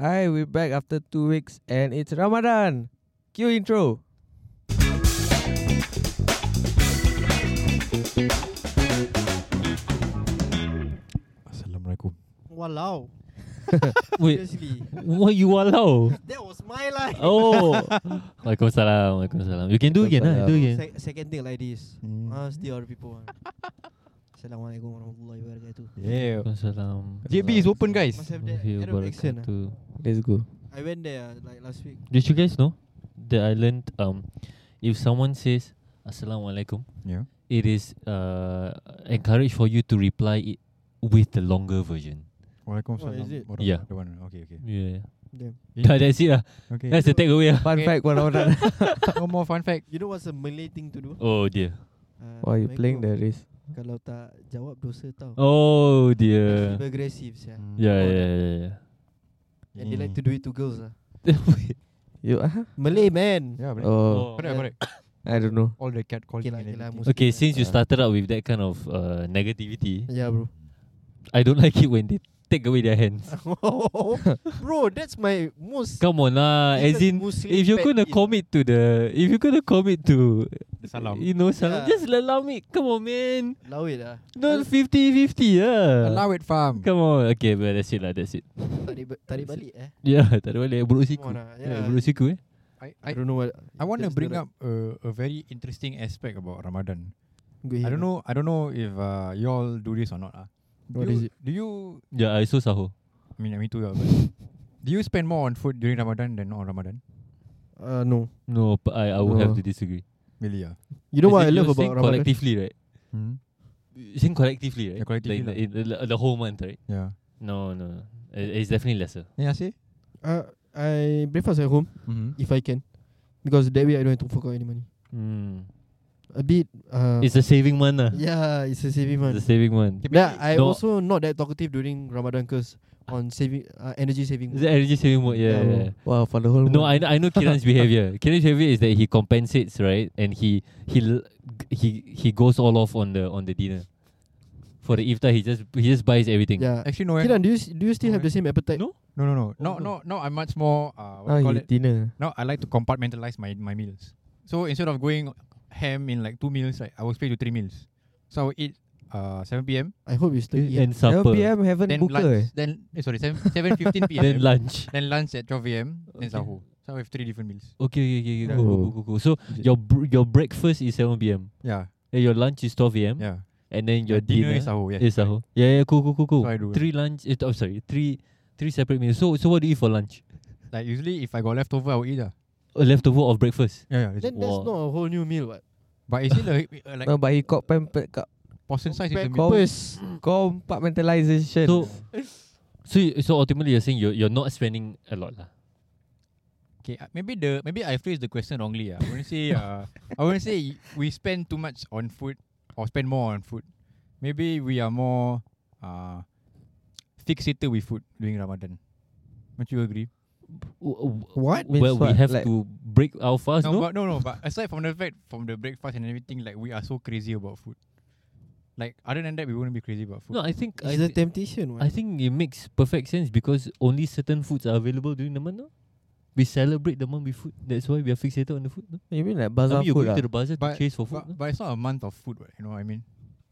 Hi, we're back after two weeks and it's Ramadan. Cue intro. Assalamualaikum. Walao. Wait, Seriously. what you walau? That was my life. Oh. Waalaikumsalam, Waalaikumsalam. You can do again, ah, do again. Se- second thing like this. Mm. Ask the other people. one. Assalamualaikum warahmatullahi wabarakatuh. Yeah. Waalaikumsalam. JB is open guys. Must have that Arab accent. ah. Wabarakatuh. Let's go. I went there ah, like last week. Did you guys know that I learned um, if someone says Assalamualaikum, Yeah. it is uh, encouraged for you to reply it with the longer version. Waalaikumsalam. Oh, is it? Warahmatullahi Yeah. wabarakatuh. Okay, okay. Yeah. Damn. Dah, that's it lah. Okay. That's the takeaway lah. Fun Okay. fact, one of that. no more fun fact. You know what's a Malay thing to do? Oh dear. Uh, Why you playing the Malay race? kau Kalau tak jawab dosa tau. Oh dear. Super aggressive yeah. Yeah, yeah, yeah. yeah. Mm. And Hmm. they like to do it to girls ah. You uh-huh. Malay man. Yeah, but Oh, correct, yeah. correct. I don't know. All the cat calling Okay lah, and okay lah, everything. Muslim Okay, man. since you Uh. started out with that kind of uh, negativity, Yeah, bro. I don't like it when they take away their hands. bro, that's my most Come on lah, as biggest in Muslim if you're pet gonna peeve. commit to the if you're gonna commit to Salam. you know salam, Yeah. just allow it. Come on, man. Allow it ah. Not 50-50 lah. Allow it farm. Come on. Okay, but that's it lah. That's it. Tarik, ba- tarik balik eh. Yeah, tak ada balik. Buruk siku. Come on lah, Yeah, yeah. buruk siku eh. I I I don't know what I want to that's bring the- up a, a very interesting aspect about Ramadan. Go I ahead, don't man. know I don't know if uh, you all do this or not. Ah. Do What you, is it? Do you Yeah, I so sahur. I mean me too, ah, but do you spend more on food during Ramadan than on Ramadan? Uh, no. No, but I I would have No. to disagree. Really ah. You know what I As in love you're about saying Ramadan? collectively, right? Hmm? You're Saying collectively, right? Yeah, collectively Like, in the, in the, the whole month, right? Yeah. No, no, no. It- It's definitely lesser. Yeah, see? Uh, I breakfast at home Mm-hmm. if I can, because that way I don't have to fork out any money. Mm. A bit. Uh, It's a saving month lah. Hmm. yeah, it's a saving month. It's a saving month. Yeah, I No. also not that talkative during Ramadan cause on saving uh, energy saving. Is it energy saving mode? Yeah, Yeah, yeah. bro. yeah. Wow, for the whole No, I month. kn- I know Kiran's behavior. Kiran's behavior is that he compensates, right? And he he l- g- he he goes all off on the on the dinner. For the iftar, he just he just buys everything. Yeah. Actually no. eh. Kiran, do you s- do you still have the same appetite? No. No, no, no. Oh, Now, no. now, now I'm much more. Uh, Now what do you Ah, you call it? dinner. Now I like to compartmentalize my my meals. So instead of going ham in like two meals, right, I will split to three meals. So I will eat uh 7 p.m. I hope you still eat. And 7 supper. p.m. haven't Then buka eh. lunch. Then eh, sorry, 7 seven fifteen p.m. Then lunch. then lunch at 12 a.m. Then Okay. sahur. So I have three different meals. Okay, okay, okay, okay. Yeah. Oh. Go, go, go, go, go. So your br- your breakfast is seven p.m. Yeah, Then your lunch is twelve a.m. yeah. And then your Your dinner, dinner, is sahur. Yeah. is sahur. Yeah, yeah, cool, cool, cool, cool. So I do. Three lunch. It, oh, sorry, three three separate meals. So so what do you eat for lunch? Like usually, if I got leftover, I will eat. Uh. A leftover of breakfast. Yeah, yeah. that's it. Then that's Wow. not a whole new meal, what? But it's still a, uh, eh? like No, but he got pampered kat portion size is a meal. com- compartmentalization. So so you, so ultimately you're saying you're you're not spending a lot lah. Okay, uh, maybe the maybe I phrased the question wrongly. Uh. I wouldn't say uh, I wouldn't say y- we spend too much on food or spend more on food. Maybe we are more uh, fixated with food during Ramadan. Don't you agree? What? Means Well, we what? have Like- to break our fast, no? but no, no. But aside from the fact from the breakfast and everything, like we are so crazy about food. Like other than that, we wouldn't be crazy about food. No, I think I, It's a thi- temptation, I what? think it makes perfect sense because only certain foods are available during the month. No? We celebrate the month with food. That's why we are fixated on the food. No? You mean like I bazaar mean, you're food going ah? to the bazaar to But- chase for food. but, no? but it's not a month of food. Right? You know what I mean?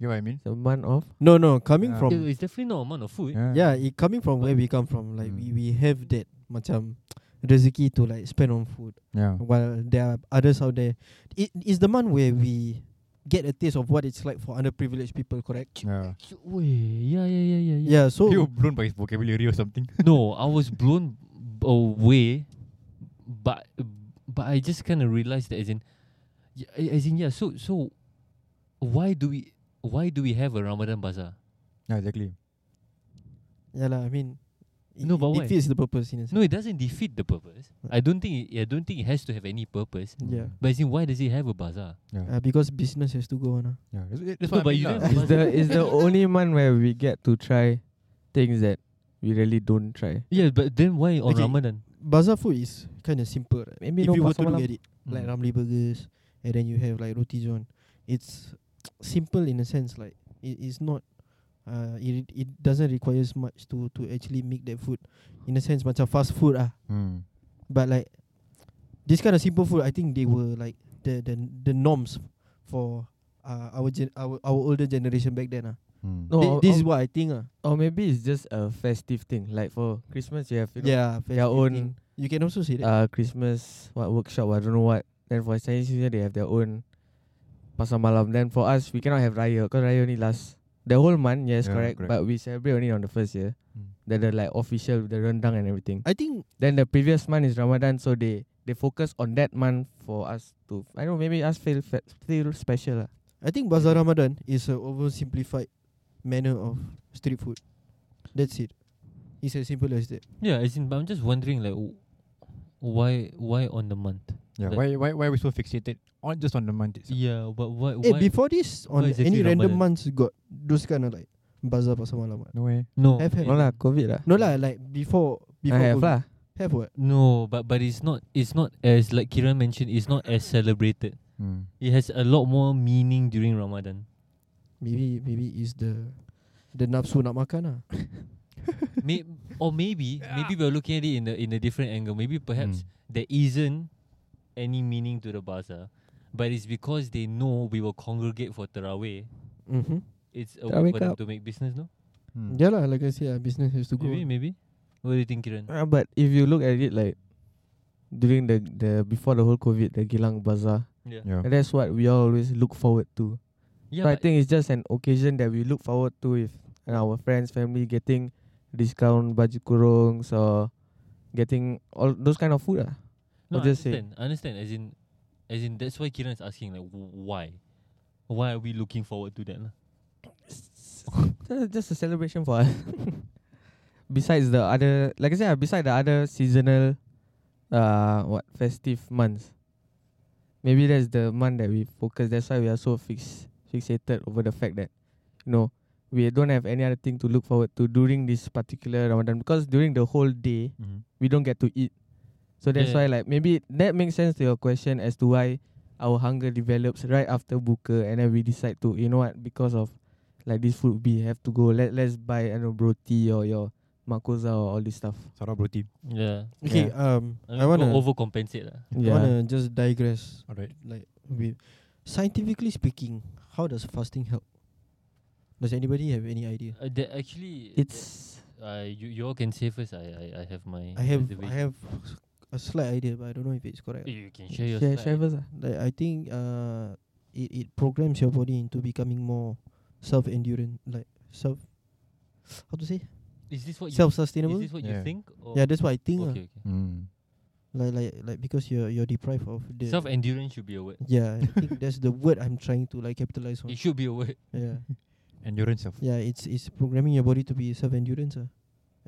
You know what I mean? The month of No, no. Coming Yeah. from Yeah, it's definitely not a month of food. Yeah, it coming from where we come from, like Mm. Hmm. we, we have that macam rezeki to like spend on food. yeah. While there are others out there, it is the month where we get a taste of what it's like for underprivileged people. Correct? Yeah. Wait, yeah, yeah, yeah, yeah. yeah. Yeah. So You blown by his vocabulary or something? no, I was blown b- away, but but I just kind of realized that as in, yeah, a- as in yeah. So so, why do we why do we have a Ramadan bazaar? Yeah, exactly. yeah lah. I mean, it, No, but it why? defeats the purpose in a sense. No, it doesn't defeat the purpose. I don't think it, I don't think it has to have any purpose. Yeah. But as in, why does it have a bazaar? Uh, because business has to go on. ah. Yeah, that's, that's No, what I but mean you eh? lah. don't- It's the it's the only month where we get to try things that we really don't try. Yeah, but then why on Okay. Ramadan? Bazaar food is kind of simple. Right? Maybe if no you were to pasar look malam. at it, Hmm. like Hmm. Ramly Burgers, and then you have like Roti John, it's simple in a sense. Like it is not Uh, it it doesn't requires much to to actually make that food. In a sense, macam fast food ah. Mm. But like this kind of simple food, I think they were like the the the norms for uh, our gen- our our older generation back then ah. Mm. No, Thi- or, this is or, what I think ah. or maybe it's just a festive thing. Like for Christmas, you have you know, yeah, their festive own thing. You can also say that. uh, Christmas what workshop I don't know what. Then for Chinese New Year they have their own pasar malam. Then for us we cannot have raya because raya only lasts the whole month. Yes, Yeah, correct, correct. But we celebrate only on the first year. Mm. Then the like official the rendang and everything. I think Then the previous month is Ramadan, so they they focus on that month for us to I don't know maybe us feel fe- feel special lah. I think Bazaar Ramadan is a oversimplified manner of street food. That's it. It's as simple as that. Yeah, as in, but I'm just wondering, like, w- why, why on the month? Yeah. Like- Why why why are we so fixated on just on the month itself? Yeah, but why? Eh, why before this, on why exactly any random Ramadan? months got those kind of like bazaar pasar malam. what? No way. no, Have, have. No lah, COVID lah. No lah, like before before I have COVID. lah. Have what? no, but but it's not, it's not as like Kiran mentioned, it's not as celebrated. Mm. It has a lot more meaning during Ramadan. Maybe maybe is the the nafsu nak makan lah. May, or maybe, maybe we're looking at it in a in a different angle. Maybe perhaps Hmm. Mm. there isn't any meaning to the bazaar, but it's because they know we will congregate for Taraweh. Mm-hmm. It's a Tarawih way for them Cup. to make business, no? Mm. Yeah lah, like I say, ah, business has to go. Maybe, maybe. What do you think, Kiran? Uh, but if you look at it like during the the before the whole COVID, the Gilang Bazaar, Yeah. And that's what we always look forward to. yeah so I but- think it's just an occasion that we look forward to with uh, our friends, family getting discount baju kurungs or getting all those kind of food. Ah. No, Or just I say- understand. I understand. As in, as in that's why Kiran is asking like, w- why, why are we looking forward to that? lah? Ju- Just a celebration for us. besides the other, like I said, ah, beside the other seasonal, uh, what festive months. Maybe that's the month that we focus. That's why we are so fix fixated over the fact that, you know, we don't have any other thing to look forward to during this particular Ramadan because during the whole day Mm. we don't get to eat. So that's why Yeah. like maybe that makes sense to your question as to why our hunger develops right after buka and then we decide to you know what because of like this food we have to go let let's buy I know broti or your makosa or all this stuff. Shout out Broti. Yeah, Okay, um, I, mean, I wanna don't overcompensate lah. I Yeah. wanna just digress. All right. Like, we, scientifically speaking, how does fasting help? Does anybody have any idea? Uh, that actually, It's uh, you you all can say first. I I, I have my. I have I reservation. have s- a slight idea, but I don't know if it's correct. You can share your share, slide. share first. ah. Like I think uh, it it programs your body into becoming more self endurant, like self. How to say Is this what you? self Is sustainable? this what you Yeah. think? Or Yeah, that's what I think. ah. Okay, okay. Mm. Like like like because you're you're deprived of the Self endurance should be a word. Yeah, I think that's the word I'm trying to like capitalize on. It should be a word. Yeah, Endurance of. yeah. It's it's programming your body to be self endurance. Uh.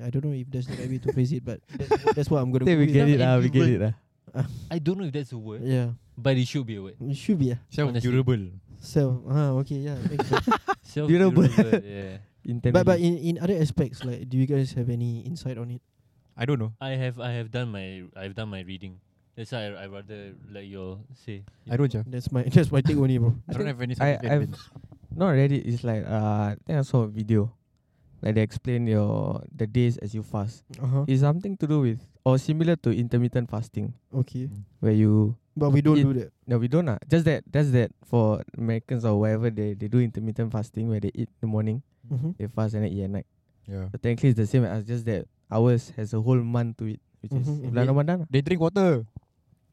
I don't know if that's the right way to phrase it, but that's, wh- that's what I'm gonna. Think go we with. get it Without ah, we get it ah. I don't know if that's a word, Yeah, but it should be a word. it should be. Uh, Self Honestly. durable. self. Ah, okay. Yeah. thanks, bro. Self Durable. durable. yeah, Internally. but but in, in other aspects, like, do you guys have any insight on it? I don't know. I have I have done my I've done my reading. That's why I, I rather let you all say. I don't. Yeah. That's my that's my take only, bro. I don't have any. I- scientific I've- evidence. Not really. It's like uh, I think I saw a video, like they explain your the days as you fast. Uh huh. It's something to do with or similar to intermittent fasting, Okay, where you but we It- don't do that. no we don't ah. Just that just that for Americans or whatever they they do intermittent fasting where they eat in the morning, Mm-hmm. they fast and then eat at night. Yeah. So technically it's the same as us, just that ours has a whole month to it, which is Mhm, bulan mhm. Ramadan. ah. They drink water.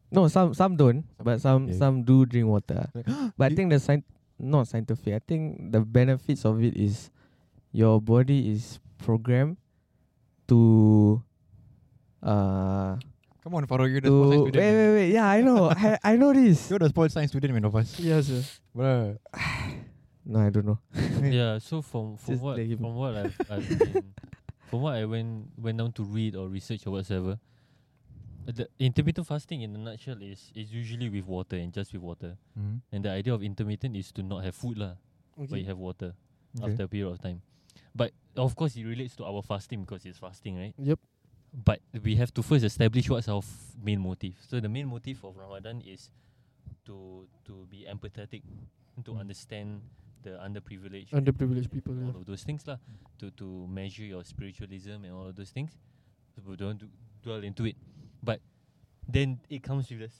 No, some some don't, but some Yeah. some do drink water. ah. Like, But I you- think the scient not scientific. I think the benefits of it is your body is programmed to uh Come on, Faro. You're the sports to wait science wait student. wait. Yeah, I know. I I know this. You're the sports science student, man, of us. Yes. sir. Bruh. No, I don't know. yeah. So from from Just what let him. from what I've, I've been, from what I went went down to read or research or whatsoever, uh, the intermittent fasting in a nutshell is is usually with water and just with water. Mm. And the idea of intermittent is to not have food lah, but you Okay. have water Okay. after a period of time. But of course, it relates to our fasting because it's fasting, right? Yep. But we have to first establish what's our f- main motive. So the main motive of Ramadan is to to be empathetic, to Mm. understand the underprivileged, underprivileged people. all Yeah. of those things lah, to to measure your spiritualism and all of those things. So we don't do dwell into it, but then it comes with this.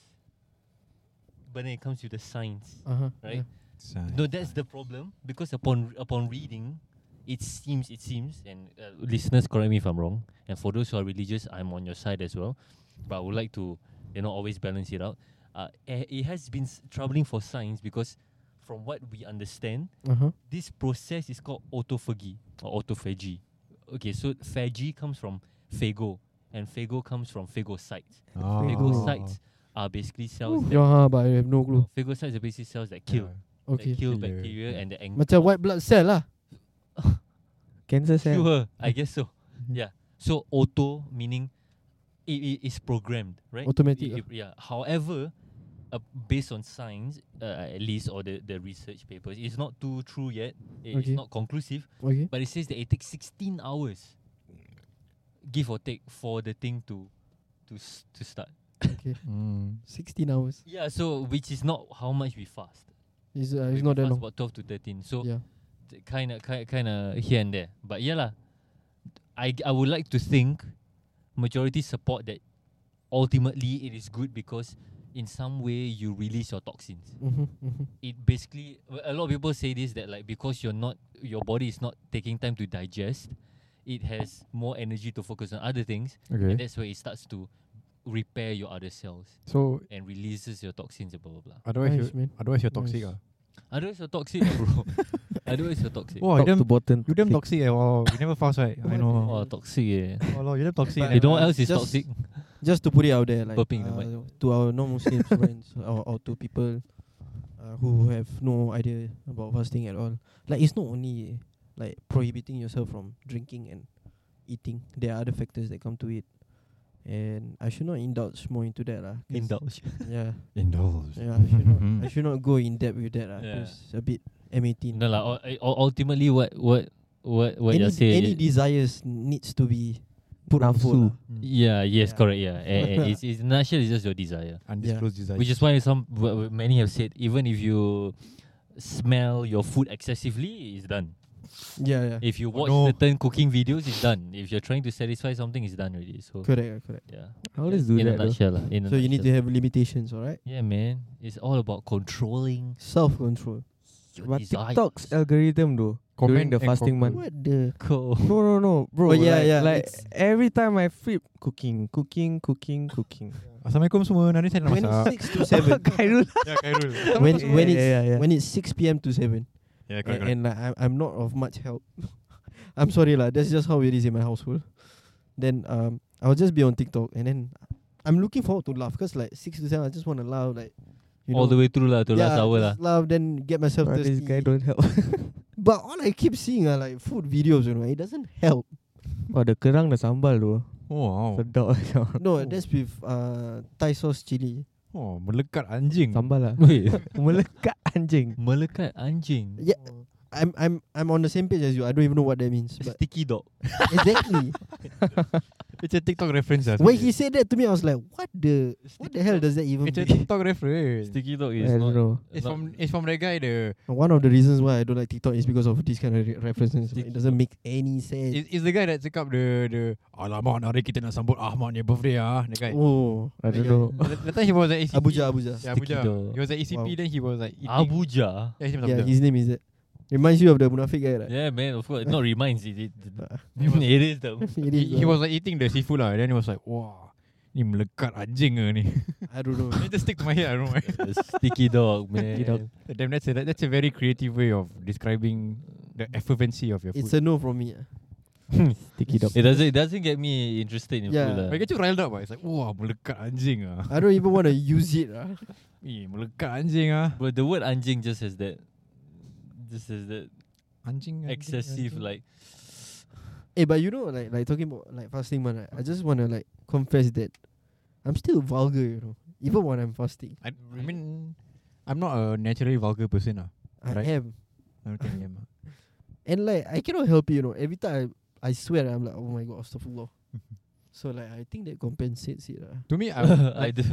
But then it comes with the science. Uh-huh. Right? Yeah. No, that's the problem because upon upon reading, it seems it seems and uh, listeners correct me if I'm wrong. And for those who are religious, I'm on your side as well. But I would like to you know always balance it out. Uh, eh, it has been s- troubling for science because from what we understand, Uh-huh. this process is called autophagy or autophagy. Okay, so phagy comes from phago, and phago comes from phagocytes. Oh. Phagocytes are basically cells. Yeah, huh, ha, but I have no clue. Phagocytes are basically cells that kill, Okay. that kill Killer, bacteria yeah. and the ang- Macam white blood cell lah. Cancer cell. Sure, I guess so. Mm-hmm. Yeah. So auto meaning it, it is programmed, right? Automatic, lah. uh. It- it- yeah. However, uh, based on science, uh, at least or the, the research papers, it's not too true yet. I- It's Okay. not conclusive, Okay. but it says that it takes 16 hours, give or take, for the thing to to s- to start. Okay. Mm. 16 hours. Yeah. So which is not how much we fast. It's, uh, We- it's we not that fast long. About 12 to 13. So Yeah. kind of kind of here and there. But yeah lah, I g- I would like to think majority support that ultimately it is good because in some way you release your toxins. Mm-hmm. Mm-hmm. It basically a lot of people say this that like because you're not your body is not taking time to digest, it has more energy to focus on other things and Okay. that's where it starts to repair your other cells So and releases your toxins and blah blah blah. otherwise, Nice, you, man. otherwise you're toxic. Nice. ah. Otherwise you're toxic, ah, bro. otherwise you're toxic. Wow, you Top to damn, bottom. you damn toxic. Eh. Wow, you never fast right. I know. Oh, toxic. Yeah. Oh, Lord, you damn toxic. But- eh. You know what else is uh, Just- toxic? Just to put it out there, like Burping in the uh, to our non-Muslim friends or, or to people uh, who have no idea about fasting at all, like it's not only like prohibiting yourself from drinking and eating. There are other factors that come to it, and I should not indulge more into that lah. 'cause- Indulge. Yeah, Indulge. yeah. I should Mm-hmm. not. I should not go in depth with that lah. Yeah. 'cause It's a bit M18. No lah. ul- ul- uh, Ultimately, what what what what any you're saying? any desires needs to be put on food. Nafsu. lah. Mm. yeah. Yes. Yeah. Correct. Yeah. and, and it's, it's natural. It's just your desire, Undisclosed desire. which is why some w- w- many have said even if you smell your food excessively, it's done. Yeah, yeah. If you watch no. certain cooking videos, it's done. If you're trying to satisfy something, it's done already. So Correct, yeah, correct. yeah. I always do in that. a though. nutshell, lah, in a So you need to nutshell. have limitations, alright? Yeah, man. It's all about controlling. Self control. your But desires. TikTok's algorithm though Comment during the and Oh, fasting conclude. month. What the? Mm. Cool. No, no, no, bro. But yeah, like, yeah, Like it's- every time I flip, cooking, cooking, cooking, cooking. Assalamualaikum semua. Nanti saya nak masak. 26 to 7. Khairul. Ya, Khairul. when Yeah, when yeah, it's yeah, yeah. when it's 6 p.m. to 7. Ya, A- and like, I'm I'm not of much help. I'm sorry lah. That's just how it is in my household. Then um I'll just be on TikTok and then I'm looking forward to laugh because like 6 to 7 I just want to laugh like you all know, the way through lah to last hour lah. just laugh then get myself Bro, this thirsty. guy don't help. But all I keep seeing are like food videos, you know. It doesn't help. Oh, the kerang the sambal tu. Oh, Wow. Sedap. No, Oh. that's with uh Thai sauce chili. Oh, melekat anjing. Sambal lah. Wait, Melekat anjing. melekat anjing. Yeah, I'm I'm I'm on the same page as you. I don't even know what that means. But Sticky dog. exactly. It's a TikTok reference. ah. when he said that to me, I was like, "What the? What the hell does that even?" It's a mean? TikTok reference. Sticky dog I is don't not. know. It's not- from it's from that guy the One of the reasons why I don't like TikTok is because of this kind of re- references. Like, Sticky. it doesn't make any sense. it's, it's the guy that cakap the the alamak hari kita nak sambut Ahmad punya birthday ah that guy. oh, I don't know. That, that time he was at ACP. Abuja, Abuja. Yeah, Abuja. Sticky dog. He was at ACP Wow. then he was like eating. Abuja. Yeah, he was Yeah, Abuja. his name is that. Reminds you of the Munafik guy, right? Yeah, man. Of course, not reminds it. It, Uh, it is the. it he, is, he uh, was like eating the seafood lah. Then he was like, wah, ni melekat anjing ah ni. I don't know. It just stick to my head. I don't mind. the sticky dog, man. Sticky dog. Damn, that's a that, that's a very creative way of describing the effervency of your food. It's a no from me. ah. Sticky dog. It doesn't. It doesn't get me interested in Yeah. food lah. But it gets you riled up. ah. It's like, wah, melekat anjing ah. I don't even want to use it. ah. Eh, melekat anjing ah. But the word anjing just has that. Just has that Anjing. anjing, excessive lah. anjing. like. Eh, but you know, like like talking about like fasting month, right? I just wanna like confess that I'm still vulgar, you know. Even when I'm fasting, I, I mean, I'm not a naturally vulgar person ah. I Right. am, I don't think I am. ah. and like I cannot help it, you know. Every time I, I swear, I'm like, oh my god, astaghfirullah. so like I think that compensates it, lah. To me, I, I like, do.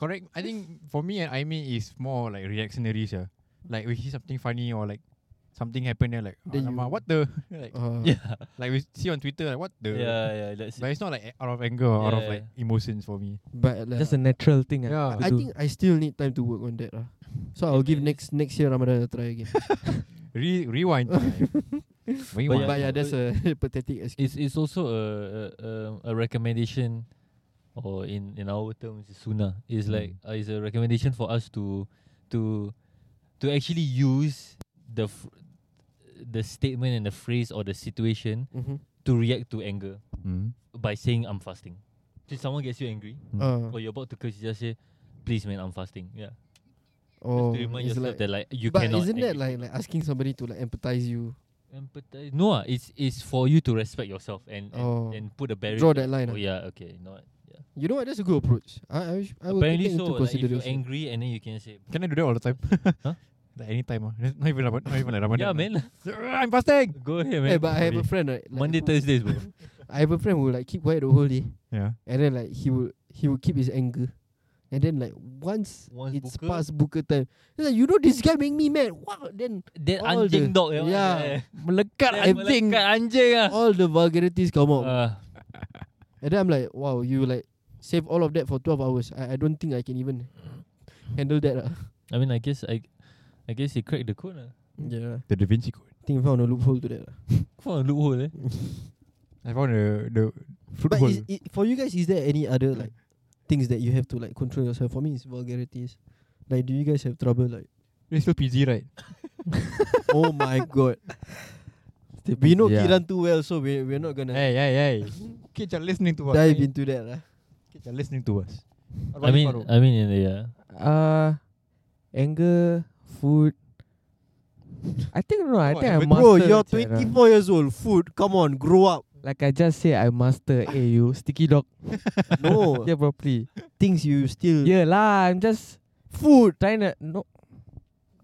correct. I think for me and Aimi is more like reactionary. Yeah. ah. Like we see something funny or like something happen there like Then "Alamak, you- what the like Uh, yeah, like we see on Twitter like what the yeah, yeah. That's But it's not like out of anger or out of Yeah, like emotions for me. But like, Just a natural thing. ah, Yeah. to I do. think I still need time to work on that. lah. So I'll give next next year Ramadan a try again. Re- rewind time. rewind. Oh, Yeah. but yeah, that's a pathetic excuse. It's it's also a a, a, a recommendation, or in in our terms, it's sunnah. It's Hmm. like uh, it's a recommendation for us to to to actually use the fr- the statement and the phrase or the situation Mm-hmm. to react to anger Mm. by saying I'm fasting. So if someone gets you angry Uh, or you're about to curse, you just say, "Please, man, I'm fasting." Yeah, oh, just to remind it's yourself like, that like you but cannot. isn't that actually like like asking somebody to like empathize you? empathize? No, ah, it's it's for you to respect yourself and and, Oh. and put a barrier. Draw that line. ah. Oh yeah, okay, not yeah. You know what? That's a good approach. I I, wish- I will take Apparently that into so. Like if you're consideration. angry and then you can say, Can I do that all the time? Huh? Like anytime. ah. Not even Ramadan. Not even like Ramadan. yeah, ah. man, I'm fasting. go ahead, man. Eh, but I have a Sorry. friend. Right, like, Monday who- Thursdays, bro. I have a friend who like keep quiet the whole day, Yeah. and then like he will he will keep his anger, and then like once, Once it's buka- past booker time, he's like you know this guy make me mad. Wow, then Then all anjing the- dog, eh, Oh, yeah, eh. melekat Uh. Then I think melekat anjing ah. all the vulgarities come out, Ah, and then I'm like wow, you like save all of that for twelve hours. I, I don't think I can even handle that. Uh. I mean, I guess I, I guess he cracked the code eh. lah. Yeah, The Da Vinci Code. I think I found a loophole to that. lah. Found a loophole eh. I found the the But football. is, it, for you guys, is there any other like things that you have to like control yourself? For me, it's vulgarities. Like, do you guys have trouble? Like, It's still PG, right? oh my god, Still we know busy, ah. Kiran too well, so we we're not gonna Hey, hey, hey. Kids are listening to us. dive into that lah. Kids are listening to us. I mean, I mean, in the, yeah. Uh, anger, food. I think no. I What think I happened? master. Bro, you're that, ah. 24 years old. Food, come on, grow up. Like I just say, I master. eh, you sticky dog. No Yeah, properly. things you still. Yeah lah. I'm just Food. trying to. No,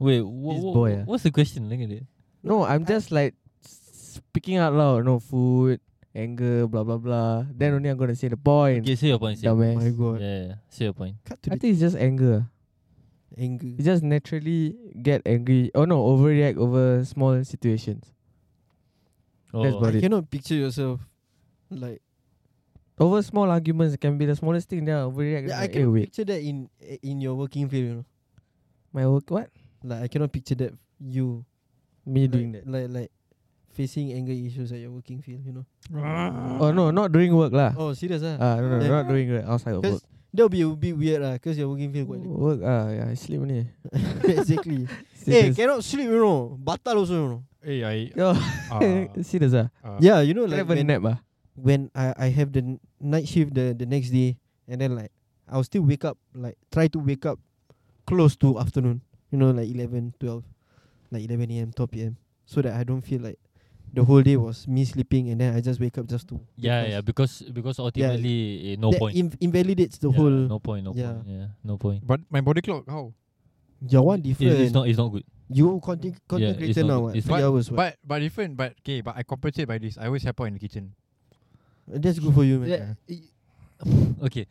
Wait, wha- This wha- boy, eh. ah. what's the question? Look at it. no. I'm just like speaking out loud. No food, anger, blah blah blah. Then only I'm gonna say the point. Okay, say your point. Say. your Dumbass. Oh my point. god. Yeah, yeah, say your point. Cut to I the think it's just anger. You anger. just naturally get angry. Oh no, overreact over small situations. That's Oh. about it. I cannot picture yourself like. Over small arguments it can be the smallest thing. Then I overreact. Yeah, Yeah, I like, hey, can wait, picture that in in your working field. You know, my work. What? like I cannot picture that you Me like, doing that? Like like facing anger issues at your working field. You know. Oh no, not doing work lah. uh, Oh, serious ah. Ah, no, no, Yeah. not doing work outside of work. Cause that would be a bit weird lah. Cause you're working field quite late. Work ah, yeah, I sleep only. exactly. hey, Serious. Eh, cannot sleep. You know, batal also. You know. Hey, I. Yo, Uh, serious ah. uh, Yeah, you know Can I like have a when- nap ah. when I, I have the n- night shift the, the next day and then like I'll still wake up like try to wake up close to afternoon, you know, like 11, 12, like 11 a.m., 12 p.m. so that I don't feel like the whole day was me sleeping and then I just wake up just to Yeah, yeah, because because ultimately eh, no that point. inv- invalidates the Yeah, whole no point, no yeah. point. Yeah, no point. But my body clock, how? your one It, different. it's not it's not good. you content content it's creator not- now, what? it's three not- hours. What? But but different. But okay, but I compensate by this. I always help out in the kitchen. That's good for you, man. Yeah. Okay,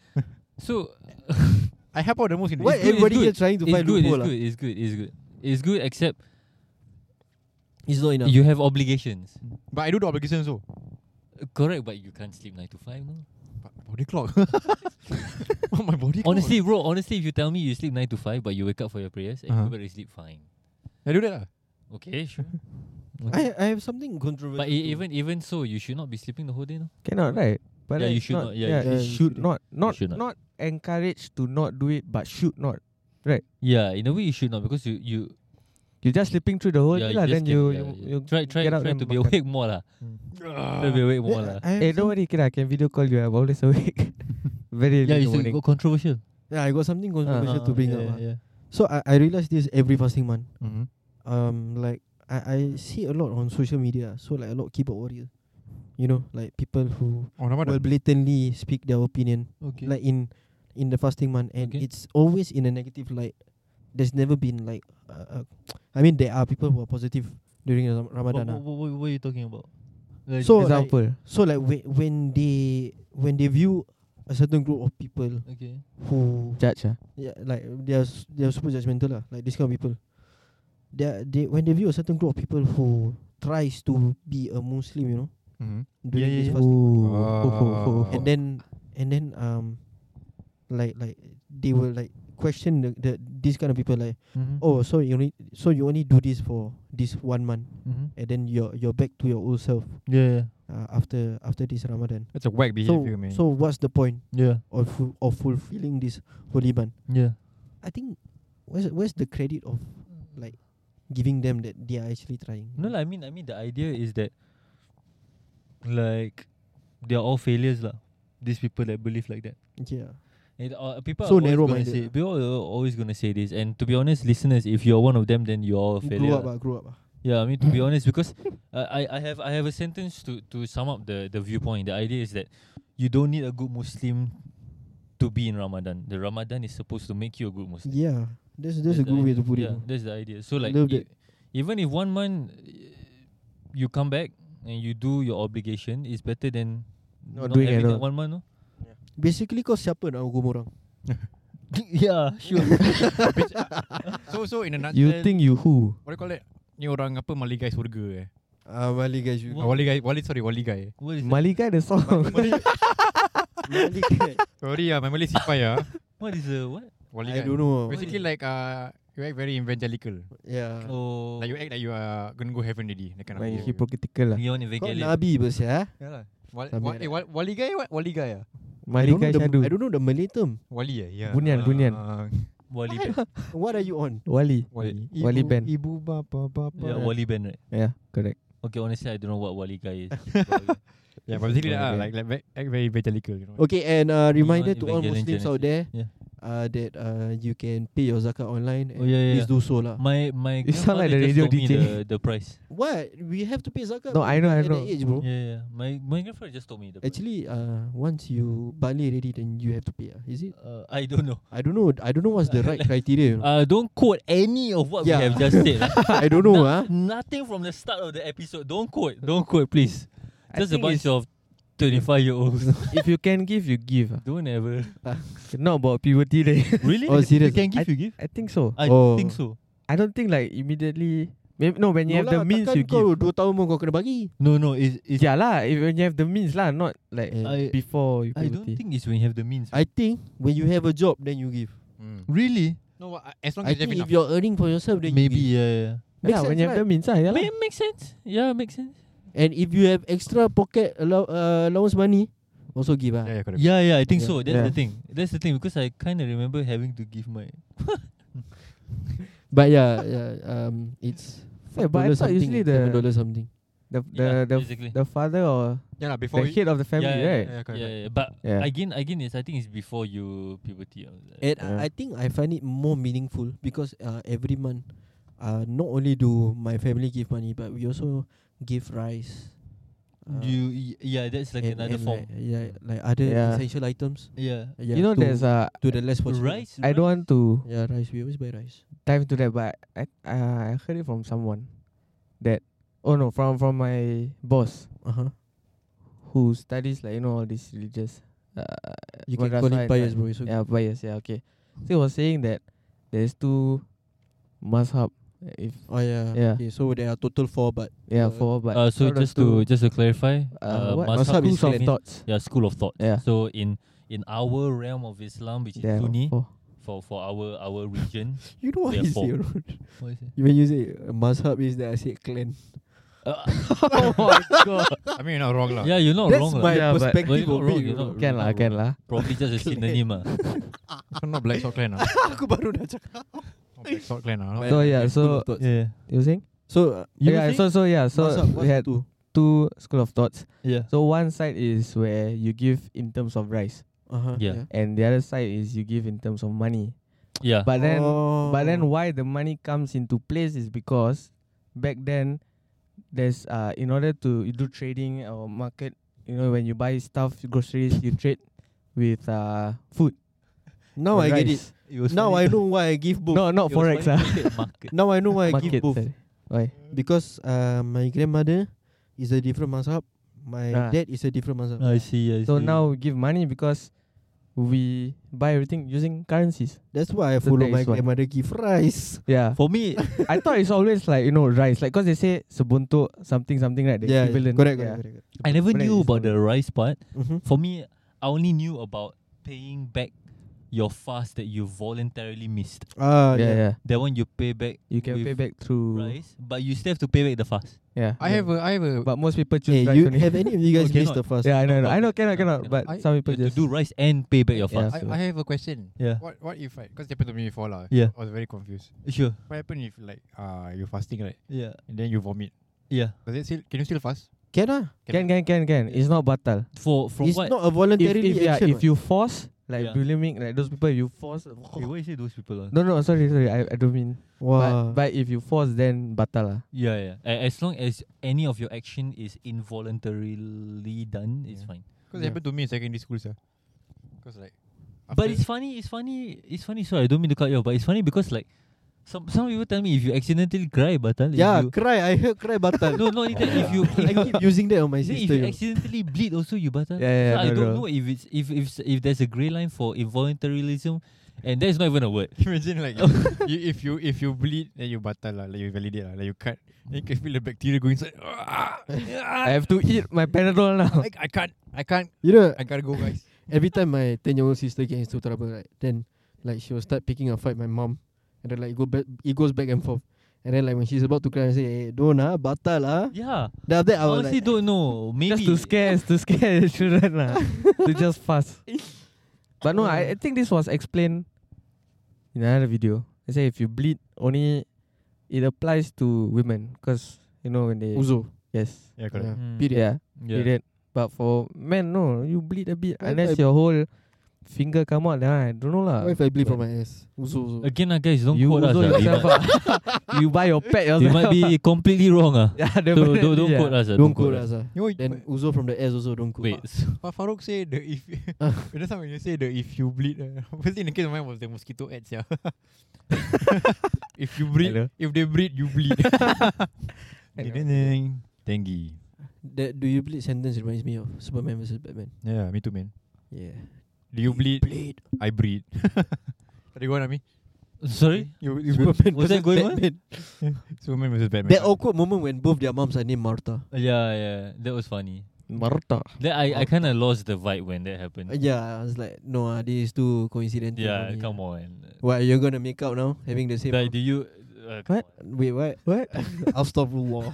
so I help out the most in the Why What? kitchen. good, it's everybody good. here trying to it's find good, it's loophole? good, ah? it's good, it's good, it's good. Except It's not enough. you have obligations. But I do the obligations so. Uh, Correct, but you can't sleep nine to five. No? But my body clock. oh, my body clock. Honestly, bro, honestly, if you tell me you sleep nine to five, but you wake up for your prayers and Uh-huh. you go back to sleep, fine. I do that. lah. Okay, sure. I I have something controversial. But to- e- even even so, you should not be sleeping the whole day. No. Cannot right? But Yeah, like you it's should not, yeah, yeah, you it should should not. not. Not should not. not encouraged to not do it, but should not. Yeah, in a way you should not because you you You're just sleeping through the whole yeah, thing lah. Then just get- you yeah, you yeah. you try try get out try and to be makan. awake more lah. Try to be awake more lah. Yeah, I have Eh, don't worry, kira I can video call you. I'm always awake. Very Yeah, early in the you still morning. got controversial. Yeah, I got something controversial to Uh-huh, bring yeah, up. ah. yeah, yeah. So I, I realized this every fasting month. Mm-hmm. Um, like I, I see a lot on social media. So like a lot of keyboard warrior, you know, like people who Oh, Ramadan. will blatantly speak their opinion, Okay. like in in the fasting month, and Okay. it's always in a negative light. There's never been like, uh, uh, I mean, there are people who are positive during the Ram- what, Ramadan. ah. what, what, what are you talking about? Like, So like, Example. so like when when they when they view a certain group of people okay. who Judge ah. Ya, Yeah, like they are s- they are super judgmental lah. Like this kind of people, they, they when they view a certain group of people who tries to be a Muslim, you know, Mm-hmm. during yeah, this yeah. fasting, Oh. and then and then um, like like they will like question the, the these kind of people like, oh, so you only so you only do this for this one month, Mm-hmm. and then you're you're back to your old self Yeah, uh, after after this Ramadan. That's a whack So behavior, man. so what's the point yeah, of ful- of fulfilling this holy month? yeah, I think where's where's the credit of like giving them that they are actually trying? No, lah, I mean, I mean, the idea is that like they're all failures, lah. These people that believe like that. Yeah. It, uh, people So are always gonna narrow-minded say, lah. people are always gonna say this, and to be honest, listeners, if you're one of them, then you're a Grow failure. up, lah. ah, grow up. ah. Yeah, I mean to be honest, because uh, I I have I have a sentence to to sum up the the viewpoint. The idea is that you don't need a good Muslim to be in Ramadan. The Ramadan is supposed to make you a good Muslim. Yeah. That's that's a the good way to idea. put it. yeah, bro. That's the idea. So like, Love that. e- even if one month uh, you come back and you do your obligation, it's better than Not doing having at all. that one month. No? Basically kau siapa nak hukum orang? yeah, sure. Bitch, uh, so so in a nutshell, You think you who? what do you call it? Ni orang apa Mali guys surga eh. Ah, Mali guys. Ah, Wali guy, Wali sorry, Wali guy. what is that? Mali guy the song. Mali guys. Sorry ah, my Malay sifai ah. What is the what? Wali guy. I don't know. Basically like uh, you act very evangelical. Yeah. Oh, Like you act like you are gonna go heaven already. That kind of Like behavior. hypocritical lah. Neon Kau Evangelion. Nabi bersia. Yeah lah. Wali, Something wa, like eh, wali, wali guy what? Wali guy ah. I Mali don't guy know the, Shadu. I don't know the Malay term. Wali eh, yeah. Bunian, bunian. Ah, Wally Ben. What are you on? Wali. wali. Wali Ibu- band. Ibu bapa bapa. Yeah, Wally Ben, right? Yeah, correct. Okay, honestly, I don't know what Wali guy is. Yeah, but basically Wali ah, guy. like like ve- act very evangelical, you know. Okay, and uh, reminder on to all Evangelion Muslims out there Genesis. Yeah. uh, that uh, you can pay your zakat online. And Oh, yeah, yeah, Please do so lah. my my You sound like the grandfather just radio told me DJ. the, the price. What? We have to pay zakat. No, bro, I know, I at that know. Age, bro. Yeah, yeah. My my grandfather just told me the price. Actually, uh, once you balik already, then you have to pay. ah. Is it? uh, I don't know. I don't know. I don't know what's the right criteria. You know. Uh, don't quote any of what Yeah. we have just said. I ah. don't know. Ah, Nothing from the start of the episode. Don't quote. Don't quote, please. I Just a think bunch of twenty-five year olds. it's- If you can give, you give. ah. don't ever. Not about puberty leh. Really? Oh, serious? You can I- give. you give. I think so. I Oh. think so. I don't think like immediately. Maybe, no, when you have the lah, means, takkan you kau give. dua tahun pun kau kena bagi. No, no. It's, it's Yeah lah, if when you have the means lah, not like Eh, I before you I don't puberty. think it's when you have the means. I think when you have a job, then you give. Mm. really? No, uh, as long as I you have think if enough. you're earning for yourself, then you Maybe. give. Yeah. yeah. Makes yeah, when sense, you have the right? means lah, yeah lah. Make, makes sense. Yeah, makes sense. And if you have extra pocket allow, uh, allowance money, also give. Ah. Yeah, yeah, correct. Yeah, yeah, I think Yeah. so. That's Yeah. the thing. That's the thing because I kind of remember having to give my. But yeah, yeah um, it's. Yeah, but I $5 thought something, usually the $7 something. the the yeah, the, basically. the father or Yeah, lah, before the you- head of the family, yeah, right? Yeah, yeah, correct. yeah, but Yeah. again, again, it's I think it's before you puberty. Uh, or like- And Yeah. I I think I find it more meaningful because uh, every month, uh, not only do my family give money, but we also give rice. uh, you y- yeah, that's like and- another and form. Like, yeah, like other Yeah. essential items. yeah, Yeah, you know, to, there's a. to the less fortunate. rice. I don't want to Yeah, rice. We always buy rice. dive into that, but I uh, I heard it from someone that oh no, from from my boss Uh huh. who studies like you know all these religious. Uh, You Well, that's can call why it I tried. bias, bro. It's okay. Yeah, bias. Yeah, okay. So he was saying that there's two mazhab. If Oh yeah. Yeah. Okay, so there are total four, but yeah, Uh, four but Uh, so out of just two, to just to clarify, uh, uh, what mazhab schools is of mean- thoughts. Yeah, school of thought. Yeah. So in in our realm of Islam, which is There are Sunni four. for for our our region. you know what There are you four. say, bro. what is it? When you say uh, mazhab is that I say clan. Uh, oh my god! I mean, you're not wrong lah. yeah, you're not That's wrong. my lah. Yeah, but- perspective Well, you're not of wrong, it. you you're not know. Can lah, can lah. Probably just a synonym. ah. not Black Sock uh. Clan lah. Aku baru nak cakap. Not Black Sock Clan lah. So yeah, so Yeah, you saying? so uh, You yeah, think? so so yeah, so mazhab, we what's had two? two school of thoughts. yeah, So one side is where you give in terms of rice, Uh-huh, Yeah. and the other side is you give in terms of money. yeah. But then, oh. but then why the money comes into place is because back then there's uh in order to you do trading or market, you know when you buy stuff groceries you trade with uh food. now I and get it. rice. It was Now I funny to- know why I give both. No, not it was forex ah. funny to get market. Now I know why I give Market. both sorry. Why? because uh, my grandmother is a different mazhab. My Ah. dad is a different mazhab. I see. I So see. now we give money because we buy everything using currencies. That's why I So that follow my is why. grandmother give rice. Yeah. For me, I thought it's always like, you know, rice. Like, because they say sebuntu something, something, right? The yeah, yeah, equivalent. correct, correct, Yeah. correct, correct. I never But that knew is about the rice part. Mm-hmm. For me, I only knew about paying back your fast that you voluntarily missed. Ah, yeah, yeah, yeah. That one you pay back You can pay With back through. rice, but you still have to pay back the fast. Yeah. I have a I have a But most people choose Hey, rice you only. have any of you guys No, missed the cannot. first? yeah, I know, I know. I know, cannot, cannot. Cannot, But cannot. some You people have to just. do rice and pay back your Yeah. fast. I, I have a question. Yeah. What what if like because it happened to me before lah. Yeah. I was very confused. Sure. What happened if like uh you fasting right Yeah. and then you vomit? Yeah. Does it still can you still fast? Can ah? Can, can, can, can. It's not batal. For from It's what? not If, a voluntary if, yeah, action. if you force, like Yeah. bulimic, like those people, you force. Wait, what you say those people? Are? No, no, sorry, sorry. I, I don't mean. wow. But, but if you force, then batal lah. Yeah, yeah. A- As long as any of your action is involuntarily done, it's Yeah. fine. Because Yeah. it happened to me in secondary school, sir. Because like But after- it's funny. It's funny. It's funny. Sorry, I don't mean to cut you off, but it's funny because like some some people tell me if you accidentally cry, batal. if yeah, you- cry. I heard cry batal. no, not only that. If you I if you, keep using that on my is it if sister. you you know. accidentally bleed, also you batal. Yeah, yeah, so I no, don't no. know if it's if if s- if there's a grey line for involuntarism, and that's not even a word. imagine like you, if you if you bleed then you batal lah, like you validate lah, like you cut, then you can feel the bacteria going inside. I have to eat my Panadol now. Like, I can't, I can't, You know, I gotta go, guys. every time my ten year old sister gets into trouble, right, then like she will start picking a fight with my mom, and then like go back, it goes back and forth, and then like when she's about to cry, I say, hey, don't ah, batal ah. Yeah, Then after that, I I Oh, was honestly like, don't know. Maybe Just to scare, to scare the children lah. to just fast. But no, I, I think this was explained in another video. They say if you bleed, only it applies to women because you know when they "Eh, Uzo. yes Yeah, correct. Yeah. Mm. Period. yeah, Yeah. period. But for men, no, you bleed a bit What if unless I- your whole finger come out. Then I don't know lah. What if I bleed from my ass? Uzo. Uzo. Again, ah, guys, don't you quote us. also ah. We yourself might- ah. you buy your pet yourself. we might be completely wrong. ah. yeah, So definitely, don't, don't yeah. quote us. ah, Don't quote us ah. You know, Then Uzo from the ass also don't quote. Wait. so- But Farouk say the if Uh. that's how when you say the if you bleed uh, first thing in the case of mine was the mosquito ads yeah. if you breathe Hello? if they breathe you bleed. Ding-ding-ding. Dengue. That do you bleed sentence reminds me of Superman versus Batman. Yeah, me too man. Yeah. Do you bleed? Bleed. I breathe. Are you going at me? Sorry? You, you Superman Was that versus going on? Batman. Superman versus Batman. That awkward moment when both their moms are named Martha. Yeah, yeah. That was funny. Marta. That I, I kind of lost the vibe when that Uh, happened. yeah, I was like, no, ah, this is too coincidental. Yeah, for me. come on. What you're gonna make out now? Having the same. Like, do you. Uh, come What? Wait, what? What? Astaghfirullah.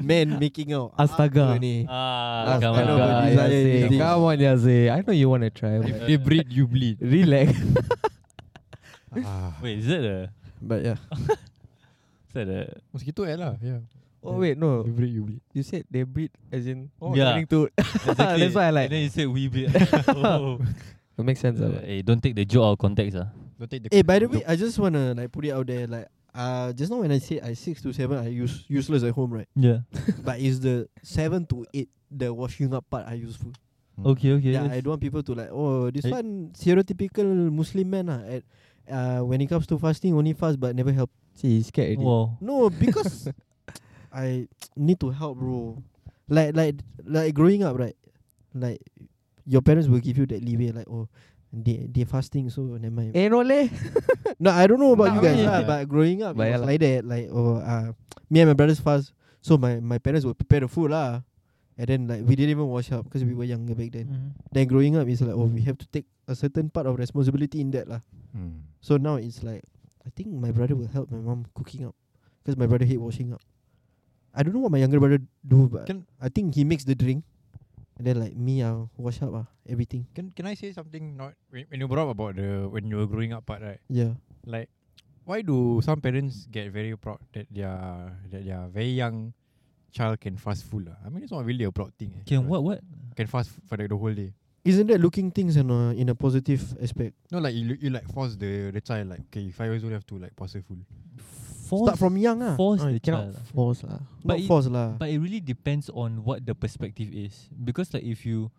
Men making out. Astaga. Apa ni? on. Ah, Ask come kind on. of a guys. desire is Yazid. this. Come on, Yazid. I know you want to try. If but they breathe you bleed. Relax. ah. Wait, is that a. But yeah. Is that a. Mosquito ad lah. Yeah. Oh wait, no. You breathe you bleed. You said they breed as in Oh, yeah. Yeah. turning to. Exactly. That's why I like. And then you said we be. oh. It makes sense. Uh, hey, don't take the joke out of context. Ah. Don't take the Hey, Eh, by the way, I just wanna like put it out there. Like, uh, just now when I say I six to seven, I use useless at home, right? Yeah. but it's the seven to eight, the washing up part I useful. Okay, okay. Yeah, that's- I don't want people to like, oh, this Eh. one stereotypical Muslim man ah. At, uh, when it comes to fasting, only fast but never help. See, he's scared already. Wow. No, because I need to help, bro. Like like like growing up, right? Like your parents will give you that leeway, like oh, they they fasting, so never mind. Eh, no leh. No, I don't know about you Nah, guys, I mean- lah, but growing up, it But yeah was lah. like that. Like oh, uh, me and my brothers fast, so my my parents would prepare the food lah. And then like we didn't even wash up because we were younger back then. Mhm. Then growing up, it's like oh, we have to take a certain part of responsibility in that lah. Mm. So now it's like I think my brother will help my mom cooking up because my brother hate washing up. I don't know what my younger brother do, but Can- I think he makes the drink, and then like me, I wash up ah everything. Can can I say something not when, when you brought up about the when you were growing up part, right? Yeah, Like why do some parents get very proud that their that their very young child can fast food? lah? I mean it's not really a proud thing. eh. Can what? What? Can fast f- for like the whole day. isn't that looking things in a in a positive aspect? No, like you you like force the the child like okay, five years old you have to like pass a food. Force, Start from young ah, force No, you the cannot child. ah. force lah. not but it- force lah. But it really depends on what the perspective is. Because like if you